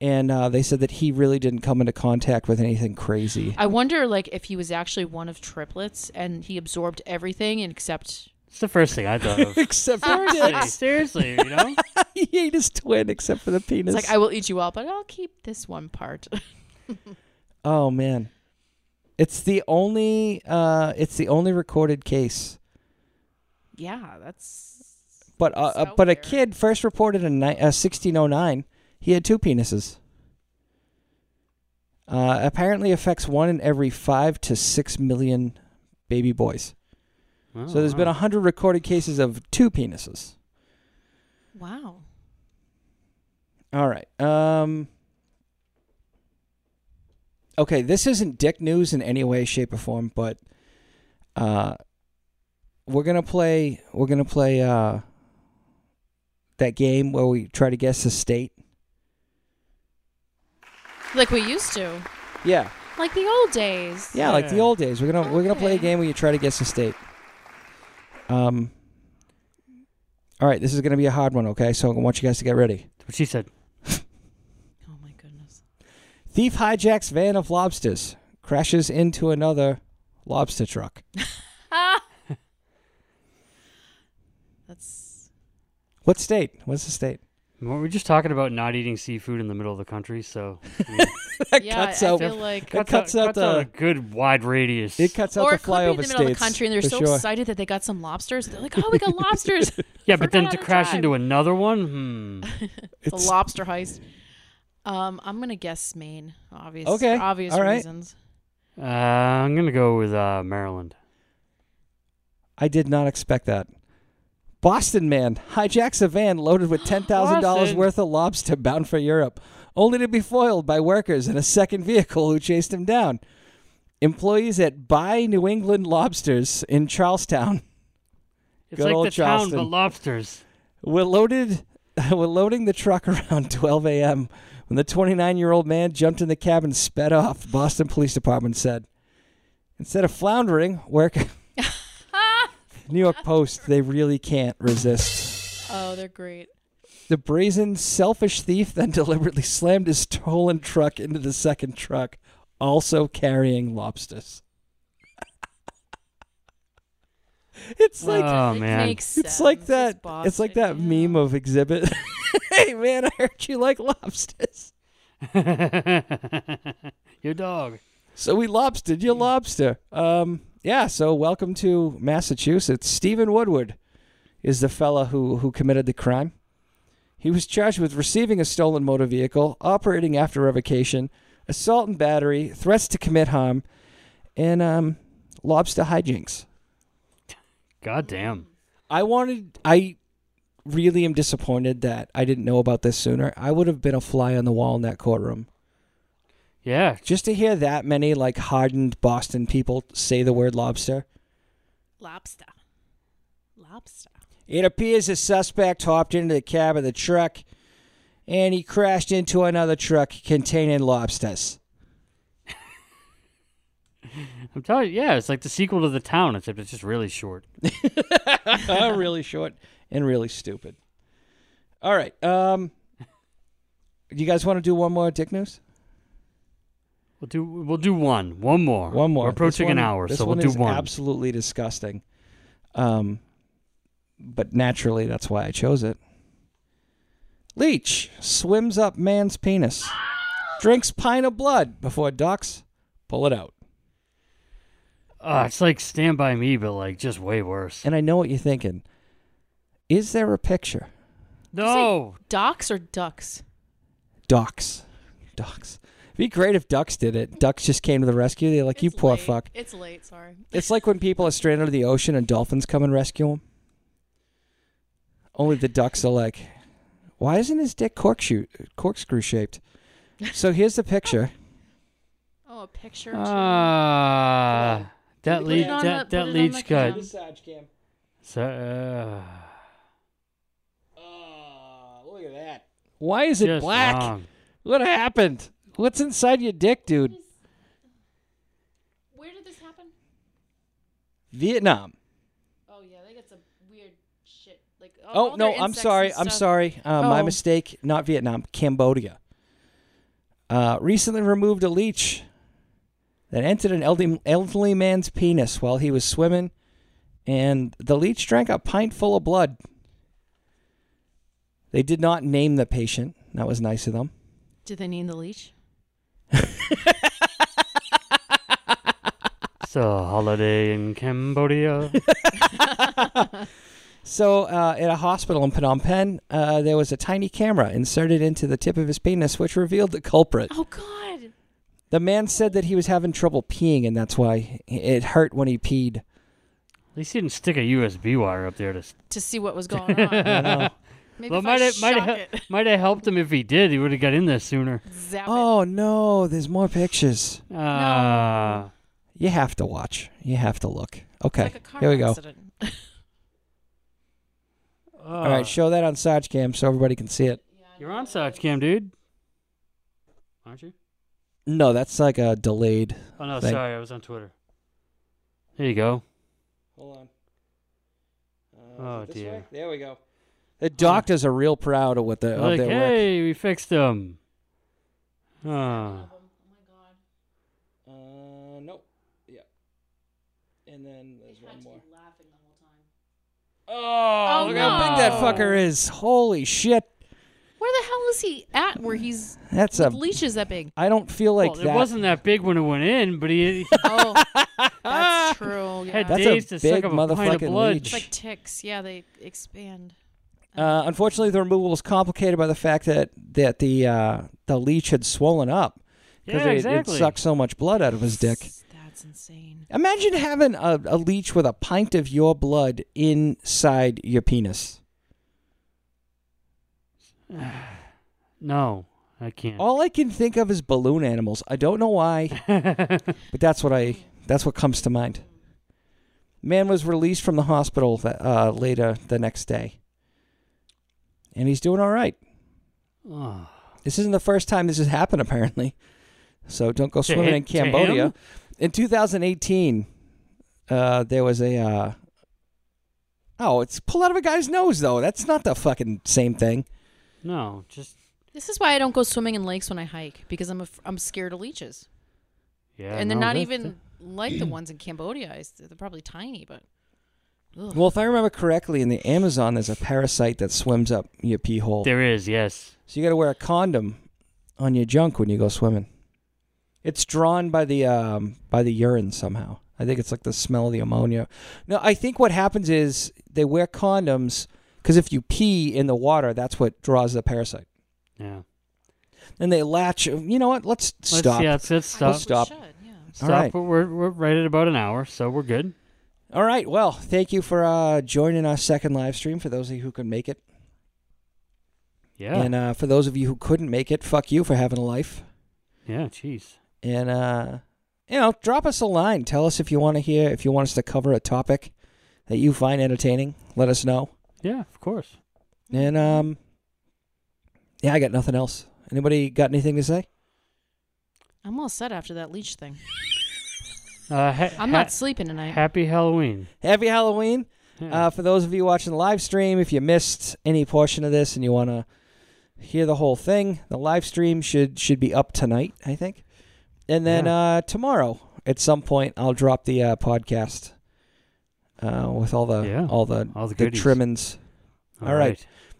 [SPEAKER 2] and uh, they said that he really didn't come into contact with anything crazy.
[SPEAKER 4] I wonder like if he was actually one of triplets and he absorbed everything and except
[SPEAKER 3] It's the first thing I thought of.
[SPEAKER 2] except for
[SPEAKER 3] Seriously,
[SPEAKER 2] dicks.
[SPEAKER 3] seriously, you know?
[SPEAKER 2] he ate his twin, except for the penis.
[SPEAKER 4] it's like I will eat you all, but I'll keep this one part.
[SPEAKER 2] oh man, it's the only. Uh, it's the only recorded case.
[SPEAKER 4] yeah, that's
[SPEAKER 2] But uh,
[SPEAKER 4] It's
[SPEAKER 2] uh,
[SPEAKER 4] out
[SPEAKER 2] but a
[SPEAKER 4] there.
[SPEAKER 2] kid first reported in ni- uh, 1609. He had two penises. Uh, apparently affects one in every five to six million baby boys. so there's
[SPEAKER 3] there's
[SPEAKER 2] been a hundred recorded cases of two penises.
[SPEAKER 4] wow.
[SPEAKER 2] All right. Um. Okay, this isn't dick news in any way, shape, or form, but uh, we're gonna play. We're gonna play uh, that game where we try to guess the state.
[SPEAKER 4] Like we used to.
[SPEAKER 2] Yeah,
[SPEAKER 4] Like the old days.
[SPEAKER 2] yeah, like the
[SPEAKER 3] Yeah.
[SPEAKER 2] old days. We're gonna we're gonna play a
[SPEAKER 4] Okay.
[SPEAKER 2] game where you try to guess the state. Um. All right, this is gonna be a hard one. Okay, so I want you guys to get ready.
[SPEAKER 3] what she said.
[SPEAKER 4] Oh my goodness.
[SPEAKER 2] Thief hijacks van of lobsters, crashes into another lobster truck.
[SPEAKER 4] Ah. That's
[SPEAKER 2] What state? What's the state?
[SPEAKER 3] Weren't we just talking about not eating seafood in the middle of the country? So I mean,
[SPEAKER 2] That
[SPEAKER 4] yeah,
[SPEAKER 2] cuts
[SPEAKER 4] I
[SPEAKER 2] out.
[SPEAKER 4] feel like
[SPEAKER 2] It cuts out
[SPEAKER 3] a
[SPEAKER 2] the.
[SPEAKER 3] good wide radius.
[SPEAKER 2] It cuts out
[SPEAKER 4] or
[SPEAKER 2] the
[SPEAKER 4] it could be
[SPEAKER 2] flyover
[SPEAKER 4] in the middle of
[SPEAKER 2] states.
[SPEAKER 4] the country and they're
[SPEAKER 2] for
[SPEAKER 4] so
[SPEAKER 2] sure.
[SPEAKER 4] excited that they got some lobsters. They're like, oh, we got lobsters.
[SPEAKER 3] yeah, but then
[SPEAKER 4] forgot
[SPEAKER 3] to
[SPEAKER 4] all the
[SPEAKER 3] crash
[SPEAKER 4] time.
[SPEAKER 3] into another one, hmm.
[SPEAKER 4] the lobster heist. Um, I'm gonna guess Maine, obvious.
[SPEAKER 2] Okay,
[SPEAKER 4] for obvious
[SPEAKER 2] all right.
[SPEAKER 4] reasons.
[SPEAKER 3] Uh, I'm gonna go with uh, Maryland.
[SPEAKER 2] I did not expect that. Boston man hijacks a van loaded with ten thousand dollars
[SPEAKER 3] Boston.
[SPEAKER 2] worth of lobster bound for Europe, only to be foiled by workers in a second vehicle who chased him down. Employees at Buy New England Lobsters in Charlestown
[SPEAKER 3] It's
[SPEAKER 2] Good
[SPEAKER 3] like
[SPEAKER 2] old
[SPEAKER 3] the town
[SPEAKER 2] Charleston.
[SPEAKER 3] but lobsters.
[SPEAKER 2] We're loaded. We're loading the truck around 12 a.m. when the 29-year-old man jumped in the cab and sped off. The Boston Police Department said, instead of floundering, work. New York Post. They really can't resist.
[SPEAKER 4] Oh, they're great.
[SPEAKER 2] The brazen, selfish thief then deliberately slammed his stolen truck into the second truck, also carrying lobsters. it's like
[SPEAKER 3] oh
[SPEAKER 4] It
[SPEAKER 3] man,
[SPEAKER 4] makes
[SPEAKER 2] it's like
[SPEAKER 4] sense.
[SPEAKER 2] that. It's
[SPEAKER 4] Boston,
[SPEAKER 2] like that
[SPEAKER 4] yeah.
[SPEAKER 2] meme of exhibit. hey man, I heard you like lobsters.
[SPEAKER 3] your dog.
[SPEAKER 2] So we lobstered your lobster. Um, yeah. So welcome to Massachusetts. Stephen Woodward is the fella who who committed the crime. He was charged with receiving a stolen motor vehicle, operating after revocation, assault and battery, threats to commit harm, and um, lobster hijinks.
[SPEAKER 3] God damn.
[SPEAKER 2] I wanted. I really am disappointed that I didn't know about this sooner. I would have been a fly on the wall in that courtroom
[SPEAKER 3] Yeah,
[SPEAKER 2] just to hear that many like hardened Boston people say the word lobster.
[SPEAKER 4] Lobster. Lobster.
[SPEAKER 2] It appears the suspect hopped into the cab of the truck, and he crashed into another truck containing lobsters.
[SPEAKER 3] I'm telling you. Yeah, it's like the sequel to the town, except it's just really short.
[SPEAKER 2] Uh, really short and really stupid. All right. Um, you guys want to do one more dick news?
[SPEAKER 3] We'll do we'll do one, one more,
[SPEAKER 2] One more.
[SPEAKER 3] We're
[SPEAKER 2] This
[SPEAKER 3] approaching
[SPEAKER 2] one-
[SPEAKER 3] an hour,
[SPEAKER 2] this
[SPEAKER 3] so we'll
[SPEAKER 2] one
[SPEAKER 3] do
[SPEAKER 2] is
[SPEAKER 3] one.
[SPEAKER 2] Absolutely disgusting. Um, but naturally, that's why I chose it. Leech swims up man's penis, drinks pint of blood before ducks, Pull it out.
[SPEAKER 3] Uh, it's like Stand By Me, but like just way worse.
[SPEAKER 2] And I know what you're thinking. Is there a picture?
[SPEAKER 3] No,
[SPEAKER 4] Docs or ducks?
[SPEAKER 2] Ducks. Ducks. It'd be great if ducks did it. Ducks just came to the rescue. They're like, you
[SPEAKER 4] It's
[SPEAKER 2] poor
[SPEAKER 4] late.
[SPEAKER 2] fuck.
[SPEAKER 4] It's late. Sorry.
[SPEAKER 2] It's like when people are stranded in the ocean and dolphins come and rescue them. Only the ducks are like, why isn't his dick corkshoe, corkscrew shaped? So here's the picture.
[SPEAKER 4] Oh, a picture.
[SPEAKER 3] uh, that
[SPEAKER 4] Put
[SPEAKER 3] lead
[SPEAKER 4] it on
[SPEAKER 3] that
[SPEAKER 4] the-
[SPEAKER 3] that
[SPEAKER 4] put it on
[SPEAKER 3] leads
[SPEAKER 4] the
[SPEAKER 3] good.
[SPEAKER 4] cam.
[SPEAKER 3] So, uh,
[SPEAKER 2] Ah, look at that. Why is it
[SPEAKER 3] just ah.
[SPEAKER 2] black?
[SPEAKER 3] wrong.
[SPEAKER 2] What happened? What's inside your dick, dude?
[SPEAKER 4] Where did this happen?
[SPEAKER 2] Vietnam.
[SPEAKER 4] Oh yeah, they got some weird shit. Like
[SPEAKER 2] Oh, no, I'm sorry. I'm sorry. Uh, My
[SPEAKER 4] Oh.
[SPEAKER 2] mistake. Not Vietnam. Cambodia. Uh, recently removed a leech that entered an elderly, elderly man's penis while he was swimming, and the leech drank a pint full of blood. They did not name the patient. That was nice of them.
[SPEAKER 4] Did they need the leech?
[SPEAKER 3] It's a holiday in Cambodia.
[SPEAKER 2] So, uh, at a hospital in Phnom Penh, uh, there was a tiny camera inserted into the tip of his penis, which revealed the culprit.
[SPEAKER 4] Oh God.
[SPEAKER 2] The man said that he was having trouble peeing, and that's why it hurt when he peed.
[SPEAKER 3] At least he didn't stick a USB wire up there to. s-
[SPEAKER 4] To see what was going on.
[SPEAKER 2] I know.
[SPEAKER 4] Maybe
[SPEAKER 3] Well,
[SPEAKER 4] if
[SPEAKER 3] might
[SPEAKER 4] I
[SPEAKER 3] have might
[SPEAKER 4] shock
[SPEAKER 3] have
[SPEAKER 4] it,
[SPEAKER 3] might have helped him if he did. He would have got in there sooner.
[SPEAKER 4] zap it.
[SPEAKER 2] oh no, there's more pictures.
[SPEAKER 3] Uh, Ah.
[SPEAKER 2] You have to watch. You have to look. Okay,
[SPEAKER 4] It's like a car
[SPEAKER 2] here we go.
[SPEAKER 4] accident.
[SPEAKER 2] All right, show that on Sarge Cam so everybody can see it.
[SPEAKER 3] Ah. You're on Sarge Cam, dude. Aren't you?
[SPEAKER 2] No, that's like a delayed.
[SPEAKER 3] Oh no,
[SPEAKER 2] Thank-
[SPEAKER 3] sorry, I was on Twitter. There you go.
[SPEAKER 2] Hold on.
[SPEAKER 3] Uh, Oh, this way? dear.
[SPEAKER 2] There we go. The doctors are real proud of what the of
[SPEAKER 3] like,
[SPEAKER 2] their work.
[SPEAKER 3] hey, we fixed them. Uh,
[SPEAKER 2] Uh, nope. Yeah. And then there's one more.
[SPEAKER 4] Oh,
[SPEAKER 2] Look
[SPEAKER 4] no.
[SPEAKER 2] how big that fucker is. Holy shit.
[SPEAKER 4] Where the hell is he at? Where he's
[SPEAKER 2] That's a.
[SPEAKER 4] with leashes that big?
[SPEAKER 2] I don't feel like
[SPEAKER 3] well,
[SPEAKER 2] that.
[SPEAKER 3] it wasn't that big when it went in, but he, he
[SPEAKER 4] Oh, that's true. Yeah.
[SPEAKER 3] had
[SPEAKER 2] That's a
[SPEAKER 3] days to
[SPEAKER 2] big
[SPEAKER 3] suck up a pint of
[SPEAKER 2] motherfucking
[SPEAKER 3] blood.
[SPEAKER 2] leech.
[SPEAKER 4] it's like ticks. Yeah, they expand.
[SPEAKER 2] Uh, unfortunately, the removal was complicated by the fact that that the uh, the leech had swollen up
[SPEAKER 3] yeah,
[SPEAKER 2] it,
[SPEAKER 3] exactly.
[SPEAKER 2] it sucked so much blood out of his dick.
[SPEAKER 4] That's insane.
[SPEAKER 2] Imagine having a, a leech with a pint of your blood inside your penis.
[SPEAKER 3] No, I can't.
[SPEAKER 2] All I can think of is balloon animals. I don't know why, but that's what I that's what comes to mind. Man was released from the hospital th- uh, later the next day, and he's doing all right.
[SPEAKER 3] Oh.
[SPEAKER 2] This isn't the first time this has happened, apparently. So don't go
[SPEAKER 3] To
[SPEAKER 2] swimming
[SPEAKER 3] him-
[SPEAKER 2] in
[SPEAKER 3] to him?
[SPEAKER 2] Cambodia. In 2018, uh, there was a. Uh, oh, it's pull out of a guy's nose, though. That's not the fucking same thing.
[SPEAKER 3] No, just
[SPEAKER 4] This is why I don't go swimming in lakes when I hike because I'm af- I'm scared of leeches,
[SPEAKER 3] yeah.
[SPEAKER 4] and they're
[SPEAKER 3] no,
[SPEAKER 4] not
[SPEAKER 3] that-
[SPEAKER 4] even like the ones in Cambodia. I s- They're probably tiny, but ugh.
[SPEAKER 2] Well, if I remember correctly, in the Amazon, there's a parasite that swims up your pee hole.
[SPEAKER 3] There is yes.
[SPEAKER 2] So you got to wear a condom on your junk when you go swimming. It's drawn by the um, by the urine somehow. I think it's like the smell of the ammonia. No, I think what happens is they wear condoms because if you pee in the water, that's what draws the parasite.
[SPEAKER 3] Yeah.
[SPEAKER 2] And they latch. um, You know what? Let's
[SPEAKER 3] Let's,
[SPEAKER 2] stop.
[SPEAKER 3] Yeah, let's, let's
[SPEAKER 4] I
[SPEAKER 3] stop.
[SPEAKER 2] stop.
[SPEAKER 4] probably should, yeah.
[SPEAKER 3] Stop.
[SPEAKER 2] right.
[SPEAKER 3] But we're we're right at about an hour, so we're good.
[SPEAKER 2] All right. Well, thank you for uh, joining our second live stream. For those of you who can make it,
[SPEAKER 3] Yeah.
[SPEAKER 2] and uh, for those of you who couldn't make it, fuck you for having a life.
[SPEAKER 3] yeah. Jeez.
[SPEAKER 2] and uh you know drop us a line tell us if you want to hear if you want us to cover a topic that you find entertaining let us know
[SPEAKER 3] Yeah. Of course.
[SPEAKER 2] and
[SPEAKER 3] Mm-hmm.
[SPEAKER 2] um yeah i got nothing else anybody got anything to say
[SPEAKER 4] I'm all set after that leech thing.
[SPEAKER 3] Uh, ha-
[SPEAKER 4] I'm
[SPEAKER 3] ha-
[SPEAKER 4] not sleeping tonight.
[SPEAKER 3] Happy Halloween.
[SPEAKER 2] happy halloween
[SPEAKER 3] Yeah.
[SPEAKER 2] uh for those of you watching the live stream if you missed any portion of this and you want to hear the whole thing the live stream should should be up tonight i think and then
[SPEAKER 3] Yeah.
[SPEAKER 2] uh tomorrow at some point i'll drop the uh podcast uh with all the
[SPEAKER 3] Yeah.
[SPEAKER 2] all the
[SPEAKER 3] All the
[SPEAKER 2] the
[SPEAKER 3] goodies.
[SPEAKER 2] trimmings all right.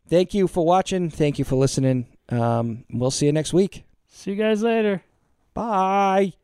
[SPEAKER 2] thank you for watching. Thank you for listening. Um, we'll see you next week.
[SPEAKER 3] See you guys later.
[SPEAKER 2] Bye.